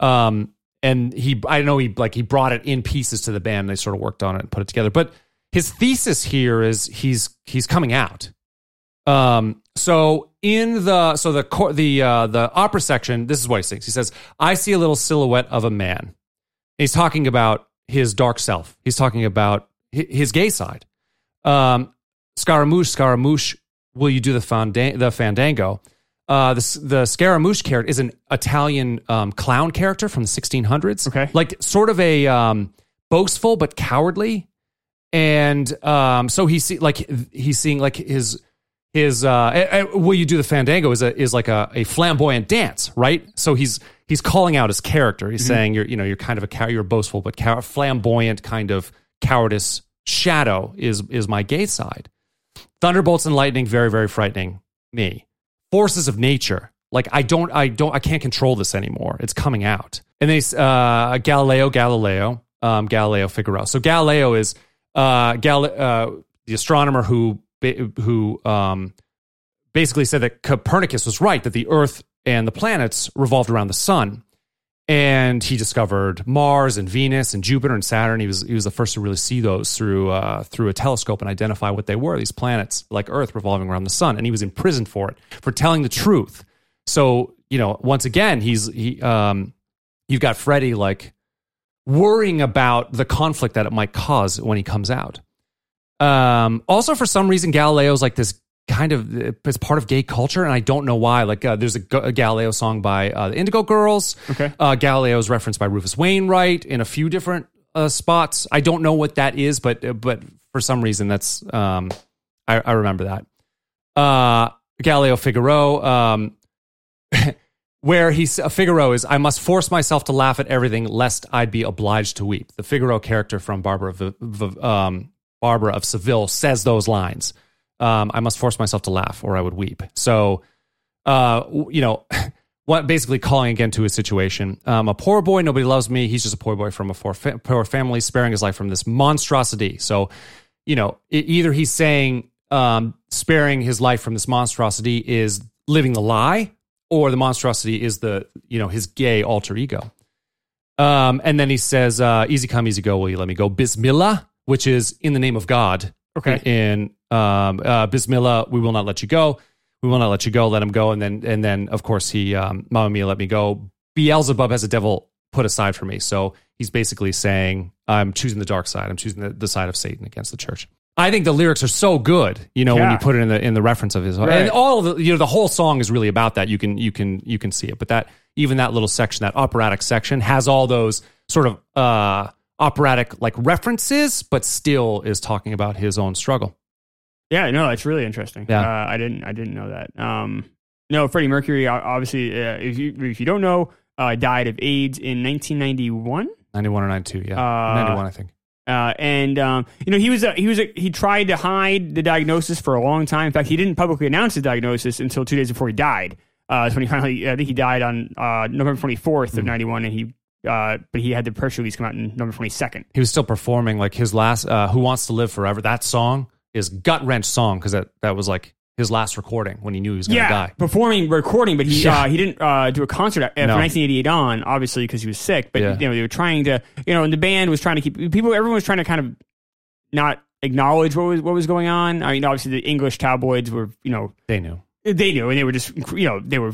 S1: um and he i know he like he brought it in pieces to the band they sort of worked on it and put it together but his thesis here is he's he's coming out um so in the so the cor- the uh the opera section this is what he sings he says i see a little silhouette of a man he's talking about his dark self he's talking about hi- his gay side um scaramouche scaramouche will you do the, fandan- the fandango uh, the, s- the Scaramouche character is an Italian um, clown character from the 1600s.
S2: Okay.
S1: Like sort of a um, boastful but cowardly. And um, so he's see, like he's seeing like his his uh, eh, eh, will you do the fandango is a is like a, a flamboyant dance, right? So he's he's calling out his character. He's saying you're you know you're kind of a cow, you're boastful but cow- flamboyant kind of cowardice shadow is is my gay side. Thunderbolts and lightning very very frightening me forces of nature. Like I don't, I don't, I can't control this anymore. It's coming out. And they, uh, Galileo, Galileo, um, Galileo Figaro. So Galileo is uh, Gal, uh, the astronomer who ba- who um, basically said that Copernicus was right that the Earth and the planets revolved around the sun. And he discovered Mars and Venus and Jupiter and Saturn. He was he was the first to really see those through uh, through a telescope and identify what they were. These planets, like Earth, revolving around the sun. And he was imprisoned for it for telling the truth. So you know, once again, he's he um, you've got Freddie like worrying about the conflict that it might cause when he comes out. Um, also, for some reason, Galileo's like this kind of uh, it's part of gay culture, and I don't know why. Like, uh, there's a, G- a Galileo song by uh, the Indigo Girls.
S2: Okay.
S1: uh, Galileo's referenced by Rufus Wainwright in a few different uh, spots. I don't know what that is, but uh, but for some reason, that's um, I, I remember that. Uh, Galileo Figaro. Um, where he's uh, Figaro is, I must force myself to laugh at everything, lest I'd be obliged to weep. The Figaro character from Barbara, v- v- um, Barbara of Seville says those lines. Um, I must force myself to laugh, or I would weep. So, uh, w- you know, what basically calling again to his situation. Um, a poor boy, nobody loves me. He's just a poor boy from a poor, fa- poor family, sparing his life from this monstrosity. So, you know, e- either he's saying um, sparing his life from this monstrosity is living the lie, or the monstrosity is the you know his gay alter ego. Um, and then he says, uh, "Easy come, easy go. Will you let me go?" Bismillah, which is in the name of God.
S2: Okay.
S1: In um, uh, Bismillah, we will not let you go. We will not let you go. Let him go. And then, and then, of course, he, um, Mamma Mia, let me go. Beelzebub has a devil put aside for me. So he's basically saying, I'm choosing the dark side. I'm choosing the, the side of Satan against the church. I think the lyrics are so good, you know, when
S2: Yeah.
S1: you put it in the in the reference of his, and
S2: Right.
S1: all the you know the whole song is really about that. You can you can you can see it, but that even that little section, that operatic section, has all those sort of uh operatic like references, but still is talking about his own struggle.
S2: Yeah, no, that's really interesting.
S1: Yeah.
S2: Uh, I didn't I didn't know that. Um, no, Freddie Mercury o- obviously uh, if you if you don't know uh, died of AIDS in 1991.
S1: Ninety one or ninety two, yeah,
S2: Uh,
S1: ninety one, I think.
S2: Uh, and um, you know he was a, he was a, he tried to hide the diagnosis for a long time. In fact, he didn't publicly announce the diagnosis until two days before he died. Uh, that's when he finally I think he died on uh, November 24th
S1: Mm-hmm.
S2: of 91, and he uh, but he had the press release come out on November 22nd.
S1: He was still performing like his last uh, "Who Wants to Live Forever." That song is gut wrench song because that that was like his last recording when he knew he was gonna
S2: yeah,
S1: die.
S2: performing, recording, but he
S1: Yeah.
S2: uh, he didn't uh, do a concert uh, from
S1: No.
S2: 1988 on, obviously because he was sick. But
S1: Yeah.
S2: you know they were trying to, you know, and the band was trying to keep people. Everyone was trying to kind of not acknowledge what was what was going on. I mean, obviously the English tabloids were, you know,
S1: They knew.
S2: they knew, and they were just, you know, they were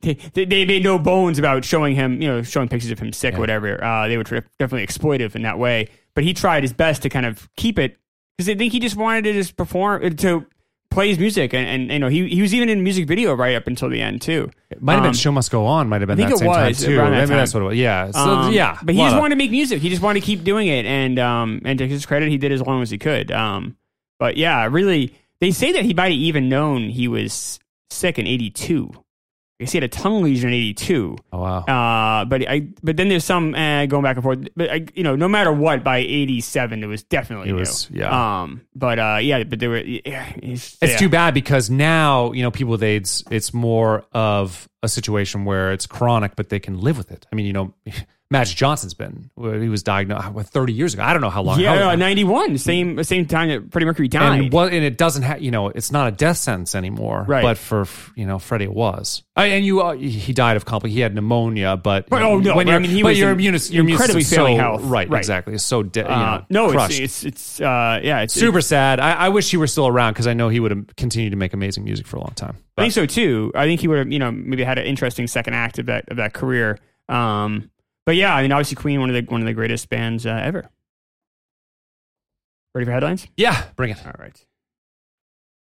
S2: they they they made no bones about showing him, you know, showing pictures of him sick
S1: Yeah.
S2: or whatever. Uh, they were tri- definitely exploitive in that way. But he tried his best to kind of keep it because I think he just wanted to just perform to play his music, and, and you know, he he was even in a music video right up until the end too.
S1: It might have been
S2: Um,
S1: "Show Must Go On." Might have been
S2: I think
S1: that
S2: it
S1: same time
S2: was
S1: too.
S2: around that
S1: Maybe that's what
S2: time.
S1: it was. Yeah. So
S2: Um,
S1: yeah,
S2: but he
S1: Lot
S2: just
S1: of-
S2: wanted to make music. He just wanted to keep doing it, and um, and to his credit, he did as long as he could. Um, but yeah, really, they say that he might have even known he was sick in '82. He had a tongue lesion in '82.
S1: Oh wow.
S2: Uh, but I, but then there's some uh, going back and forth. But I, you know, no matter what, by '87, it was definitely
S1: It
S2: new.
S1: was- yeah.
S2: Um, but uh, yeah, but there were. Yeah, it's
S1: It's
S2: yeah.
S1: too bad because now, you know, people with AIDS, it's more of a situation where it's chronic, but they can live with it. I mean, you know, Magic Johnson's been, he was diagnosed what, 30 years ago. I don't know how long.
S2: Yeah,
S1: how,
S2: uh, '91, same same time that Freddie Mercury died.
S1: and, what, and it doesn't have, you know, it's not a death sentence anymore.
S2: Right.
S1: But for, you know, Freddie it was. I, and you, uh, he died of compli he had pneumonia, but.
S2: But, oh, no,
S1: when
S2: but
S1: you're-
S2: I mean, he
S1: but
S2: was
S1: your
S2: in
S1: immune, your immune
S2: incredibly
S1: system's
S2: failing
S1: so-
S2: health.
S1: Right,
S2: right.
S1: exactly. It's so, de- you
S2: uh,
S1: know,
S2: no,
S1: crushed.
S2: it's it's it's uh, yeah, it's
S1: Super sad. I, I wish he were still around because I know he would have continued to make amazing music for a long time.
S2: I
S1: But-
S2: think so too. I think he would have, you know, maybe had an interesting second act of that of that career. Um, but yeah, I mean, obviously Queen, one of the one of the greatest bands uh, ever. Ready for headlines?
S1: yeah, bring it.
S2: All right.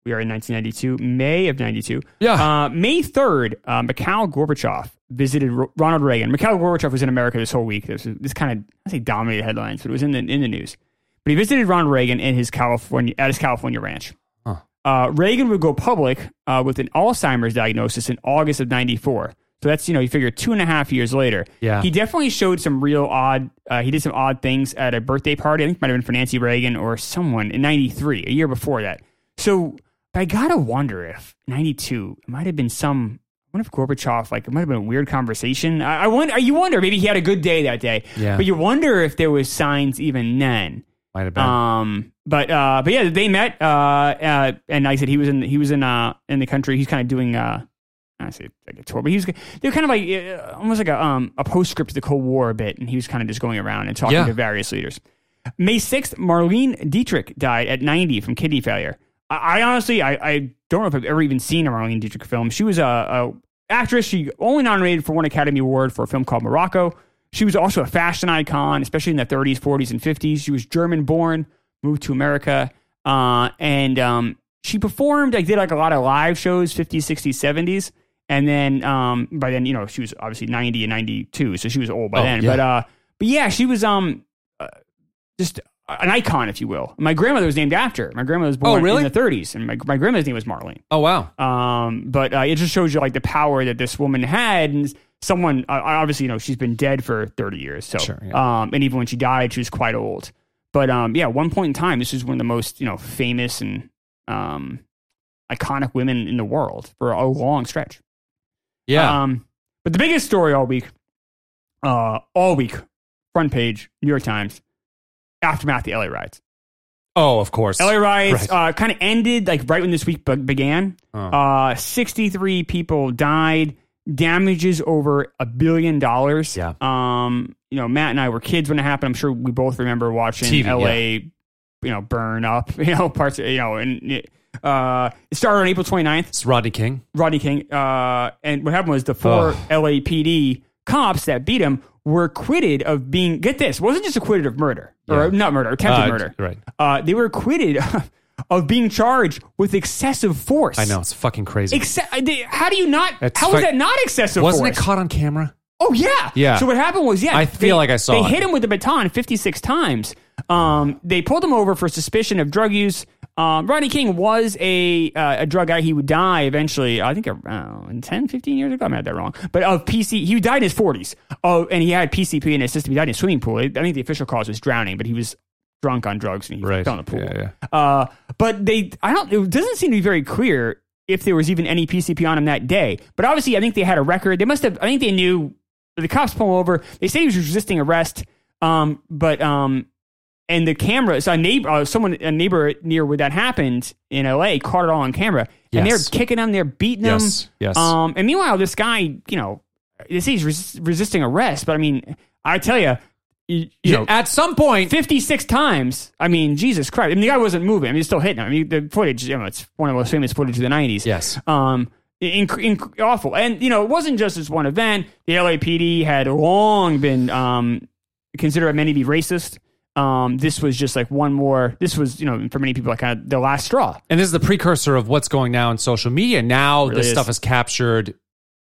S2: We are in 1992, May of 92.
S1: Yeah.
S2: Uh, May 3rd, uh, Mikhail Gorbachev visited R- Ronald Reagan. Mikhail Gorbachev was in America this whole week. This, this kind of, I say dominated headlines, but it was in the, in the news. But he visited Ronald Reagan in his California, at his California ranch.
S1: Huh.
S2: Uh, Reagan would go public uh, with an Alzheimer's diagnosis in August of 94. So that's, you know, you figure two and a half years later.
S1: Yeah.
S2: He definitely showed some real odd, uh, he did some odd things at a birthday party. I think it might have been for Nancy Reagan or someone in 93, a year before that. So I gotta wonder if 92 it might have been some, I wonder if Gorbachev, like, it might have been a weird conversation. I, I wonder, you wonder, maybe he had a good day that day.
S1: Yeah.
S2: But you wonder if there was signs even then.
S1: Might have been.
S2: Um, but uh, but yeah, they met. Uh, uh, and like I said he was in he was in uh in the country. He's kind of doing uh, I don't say like a tour, but he was they're kind of like uh, almost like a um a postscript to the Cold War a bit, and he was kind of just going around and talking
S1: Yeah.
S2: to various leaders. May sixth, Marlene Dietrich died at ninety from kidney failure. I, I honestly I, I don't know if I've ever even seen a Marlene Dietrich film. She was a, a actress. She only nominated for one Academy Award for a film called Morocco. She was also a fashion icon, especially in the 30s, 40s, and 50s. She was German born, moved to America. Uh, and um, she performed, like, did like a lot of live shows, 50s, 60s, 70s. And then um, by then, you know, she was obviously 90 and 92, so she was old by
S1: Oh,
S2: then.
S1: yeah.
S2: But uh, but yeah, she was um, just an icon, if you will. My grandmother was named after. her. My grandmother was born
S1: Oh, really?
S2: in the 30s, and my, my grandmother's name was Marlene.
S1: Oh wow.
S2: Um, but uh, it just shows you like the power that this woman had, and someone uh, obviously you know she's been dead for 30 years. So,
S1: Sure, yeah.
S2: um, and even when she died, she was quite old. But um, yeah, at one point in time, this is one of the most you know famous and um, iconic women in the world for a long stretch.
S1: Yeah.
S2: Um, but the biggest story all week, uh, all week, front page, New York Times, aftermath the LA riots.
S1: oh, of course.
S2: LA riots
S1: Right.
S2: uh, kind of ended like right when this week be- began.
S1: Oh.
S2: Uh, 63 people died, damages over a billion dollars.
S1: Yeah.
S2: Um, you know, Matt and I were kids when it happened. I'm sure we both remember watching
S1: TV,
S2: LA,
S1: yeah.
S2: you know, burn up, you know, parts, you know, and uh, it started on April 29th.
S1: it's Rodney King.
S2: Rodney King. Uh, and what happened was the four
S1: Ugh.
S2: LAPD cops that beat him were acquitted of being. Get this, wasn't just acquitted of murder or not murder, attempted
S1: Uh,
S2: murder.
S1: right.
S2: Uh, they were acquitted of being charged with excessive force.
S1: I know it's fucking crazy.
S2: Exce- I did- how do you not?
S1: That's
S2: how was
S1: fi-
S2: that not excessive
S1: Wasn't it
S2: force?
S1: caught on camera?
S2: oh yeah,
S1: Yeah.
S2: So what happened was, yeah,
S1: I feel like I saw
S2: They
S1: it.
S2: hit him with a baton fifty six times. Um, they pulled him over for suspicion of drug use. Um, Rodney King was a uh, a drug guy. He would die eventually. I think uh, around 10, 15 years ago. I might have that wrong. But of PC, he died in his forties. Oh, and he had PCP in his system. He died in a swimming pool. I think the official cause was drowning, but he was drunk on drugs and he
S1: Right.
S2: fell in the pool.
S1: Yeah,
S2: Uh, but they, I don't. It doesn't seem to be very clear if there was even any PCP on him that day. But obviously, I think they had a record. They must have. I think they knew the cops pull him over. They say he was resisting arrest. Um, but um, and the camera. So a neighbor, uh, someone, a neighbor near where that happened in L.A. caught it all on camera, and
S1: Yes.
S2: they're kicking him, they're beating
S1: Yes,
S2: him.
S1: yes.
S2: Um, and meanwhile, this guy, you know, they say he's res- resisting arrest, but I mean, I tell you. You, you know,
S1: At some point,
S2: 56 times. I mean, Jesus Christ. I mean, the guy wasn't moving. I mean, he's still hitting him. I mean, the footage, you know, it's one of the most famous footage of the 90s.
S1: Yes.
S2: Um, inc- inc- awful. And, you know, it wasn't just this one event. The LAPD had long been um, considered many to be racist. Um, this was just like one more. This was, you know, for many people, like kind of the last straw.
S1: and this is the precursor of what's going now in social media. Now
S2: Really
S1: this
S2: is.
S1: stuff is captured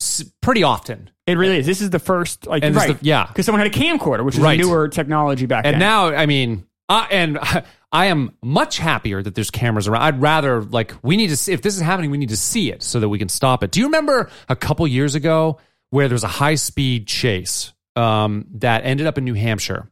S1: s- pretty often,
S2: It really is. This is the first, like,
S1: and this is
S2: right.
S1: the- yeah.
S2: Because someone had a camcorder, which is
S1: Right.
S2: newer technology back
S1: And
S2: then.
S1: now, I mean, I, and I am much happier that there's cameras around. I'd rather like we need to see if this is happening. We need to see it so that we can stop it. Do you remember a couple years ago where there was a high speed chase um, that ended up in New Hampshire?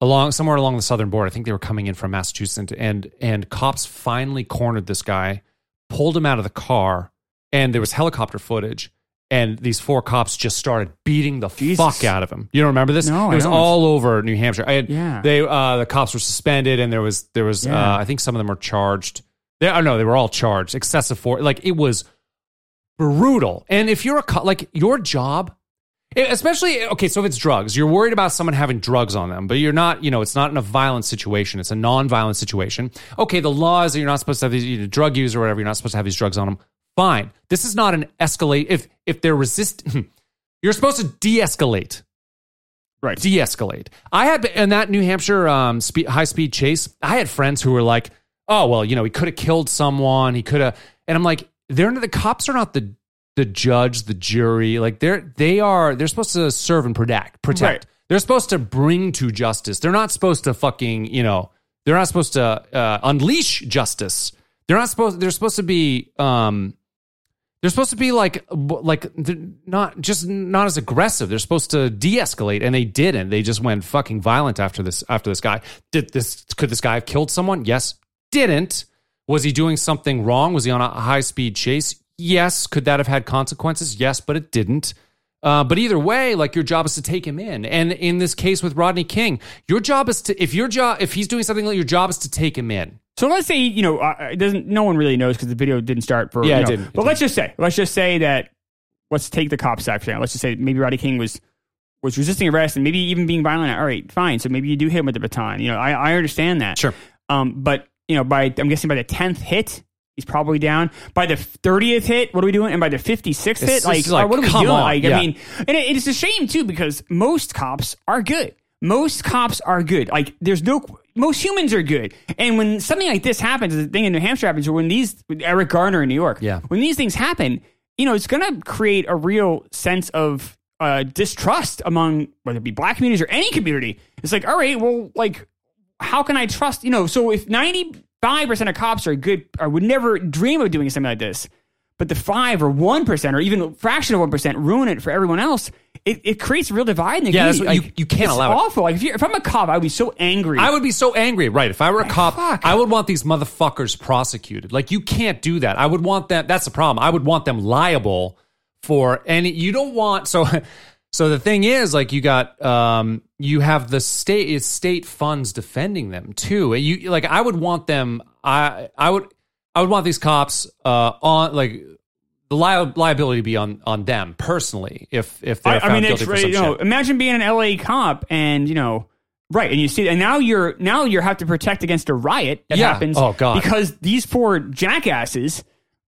S1: along somewhere along the southern border. I think they were coming in from Massachusetts, and and cops finally cornered this guy, pulled him out of the car, and there was helicopter footage. And these four cops just started beating the
S2: Jesus.
S1: fuck out of him. You don't remember this?
S2: No, I
S1: it was
S2: don't.
S1: all over New Hampshire. I had,
S2: Yeah.
S1: they uh, the cops were suspended, and there was there was
S2: Yeah.
S1: uh, I think some of them were charged. They, oh no, they were all charged. Excessive force. Like it was brutal. And if you're a co- like your job, e, especially okay, so if it's drugs, you're worried about someone having drugs on them, but you're not. You know, it's not in a violent situation. It's a non-violent situation. Okay, the law is that you're not supposed to have these you're a drug user or whatever. You're not supposed to have these drugs on them. Fine. This is not an escalate. If if they're resist, you're supposed to de-escalate
S2: right.
S1: de-escalate. I had in that New Hampshire um, spe- high-speed chase. I had friends who were like, "Oh well, you know, he could have killed someone. He could have," and I'm like, "They're the cops are not the the judge, the jury. Like they're they are they're supposed to serve and protect. Protect.
S2: Right.
S1: They're supposed to bring to justice. They're not supposed to fucking you know. They're not supposed to uh, unleash justice. They're not supposed. They're supposed to be um, they're supposed to be like like they're not just not as aggressive. They're supposed to de-escalate, and they didn't. They just went fucking violent after this after this guy. Did this? Could this guy have killed someone? Yes. Didn't. Was he doing something wrong? Was he on a high speed chase? Yes. Could that have had consequences? Yes, but it didn't. Uh, but either way, like your job is to take him in, and in this case with Rodney King, your job is to if your job if he's doing something, like your job is to take him in.
S2: So let's say you know uh, it doesn't. No one really knows because the video didn't start for.
S1: Yeah,
S2: you
S1: it
S2: know,
S1: didn't. It
S2: But let's just say, let's just say that let's take the cops side for now. Let's just say maybe Roddy King was was resisting arrest and maybe even being violent. All right, fine. So maybe you do hit him with the baton. You know, I, I understand that.
S1: Sure.
S2: Um, but you know, by I'm guessing by the tenth hit, he's probably down. By the thirtieth hit, what are we doing? And by the fifty sixth
S1: It's
S2: hit, like, uh,
S1: just like,
S2: what are we
S1: come
S2: doing?
S1: on,
S2: Like,
S1: yeah.
S2: I mean, and it, it's a shame too because most cops are good. most cops are good. Like there's no most humans are good. And when something like this happens, the thing in New Hampshire happens, or when these with Eric Garner in New York,
S1: Yeah.
S2: when these things happen, you know, it's going to create a real sense of uh, distrust among whether it be black communities or any community. It's like, all right, well, like how can I trust? You know, so if ninety five percent of cops are good, or would never dream of doing something like this, but the five or one percent, or even a fraction of one percent, ruin it for everyone else. It, it creates a real divide in the
S1: Yeah, that's
S2: community.
S1: what- you- you can't
S2: it's
S1: allow it.
S2: awful. Like if, you're, if I'm a cop, I'd be so angry.
S1: I would be so angry, right? If I were a cop,
S2: fuck.
S1: I would want these motherfuckers prosecuted. Like you can't do that. I would want that. That's the problem. I would want them liable for any. You don't want so. So the thing is, like you got, um, you have the state it's state funds defending them too. You like I would want them. I I would I would want these cops uh, on like the li- liability to be on on them personally if if they're
S2: I,
S1: found
S2: I mean,
S1: guilty
S2: it's
S1: for some
S2: you know,
S1: shit.
S2: imagine being an LA cop and you know, right, and you see, and now you're now you have to protect against a riot that
S1: Yeah.
S2: happens.
S1: Oh, God.
S2: because these four jackasses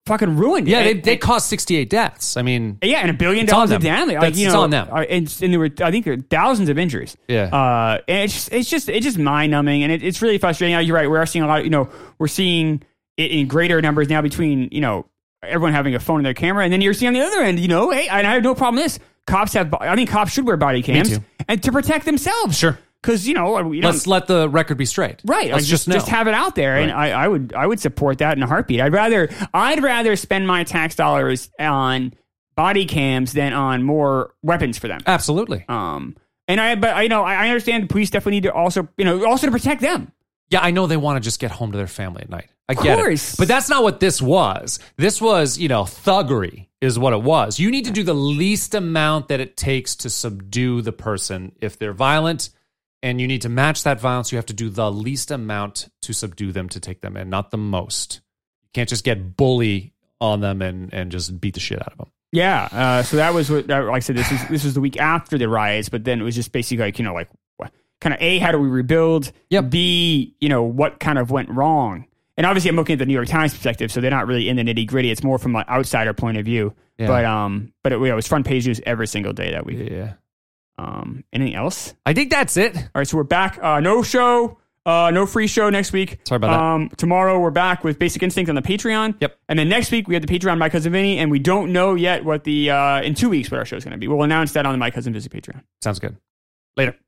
S2: fucking ruined.
S1: Yeah,
S2: it.
S1: they
S2: And-
S1: they caused sixty eight deaths. I mean,
S2: Yeah, and a billion
S1: on
S2: dollars of
S1: them.
S2: damage. Like,
S1: That's-
S2: you know,
S1: it's on them.
S2: uh, And, and there were, I think, there were thousands of injuries.
S1: Yeah.
S2: Uh, and it's just, it's just, it's just mind numbing, and it, it's really frustrating. Now, You're right. We're seeing a lot. Of, you know, we're seeing it in greater numbers now between you know everyone having a phone in their camera, and then you're seeing on the other end. You know, hey, and I have no problem with this. Cops have. bo- I think cops should wear body cams
S1: too.
S2: and to protect themselves.
S1: Sure.
S2: Because you know, you
S1: let's let the record be straight.
S2: Right.
S1: Let's
S2: like,
S1: just
S2: just
S1: know.
S2: just have it out there, and I, I would I would support that in a heartbeat. I'd rather I'd rather spend my tax dollars on body cams than on more weapons for them.
S1: Absolutely.
S2: Um, and I but I you know I I understand police definitely need to also you know also to protect them.
S1: Yeah, I know they want to just get home to their family at night. I
S2: Of
S1: get
S2: course.
S1: it. But that's not what this was. This was, you know, thuggery is what it was. You need to do the least amount that it takes to subdue the person if they're violent and you need to match that violence. You have to do the least amount to subdue them to take them in, not the most. You can't just get bully on them and and just beat the shit out of them.
S2: Yeah. Uh, so that was what that, like I said. This was this was the week after the riots, but then it was just basically like you know like kind of a how do we rebuild?
S1: Yep.
S2: B you know what kind of went wrong? And obviously, I'm looking at the New York Times perspective, so they're not really in the nitty gritty. It's more from an outsider point of view.
S1: Yeah.
S2: But um, but it, you know, it was front page news every single day that week.
S1: Yeah.
S2: Um, anything else?
S1: I think that's it.
S2: All right, so we're back. Uh, no show, uh, no free show next week.
S1: Sorry about that.
S2: Um, tomorrow we're back with Basic Instinct on the Patreon.
S1: Yep.
S2: And then next week we have the Patreon My Cousin Vinny, and we don't know yet what the uh, in two weeks what our show's going to be. We'll announce that on the My Cousin Vinny Patreon.
S1: Sounds good.
S2: Later.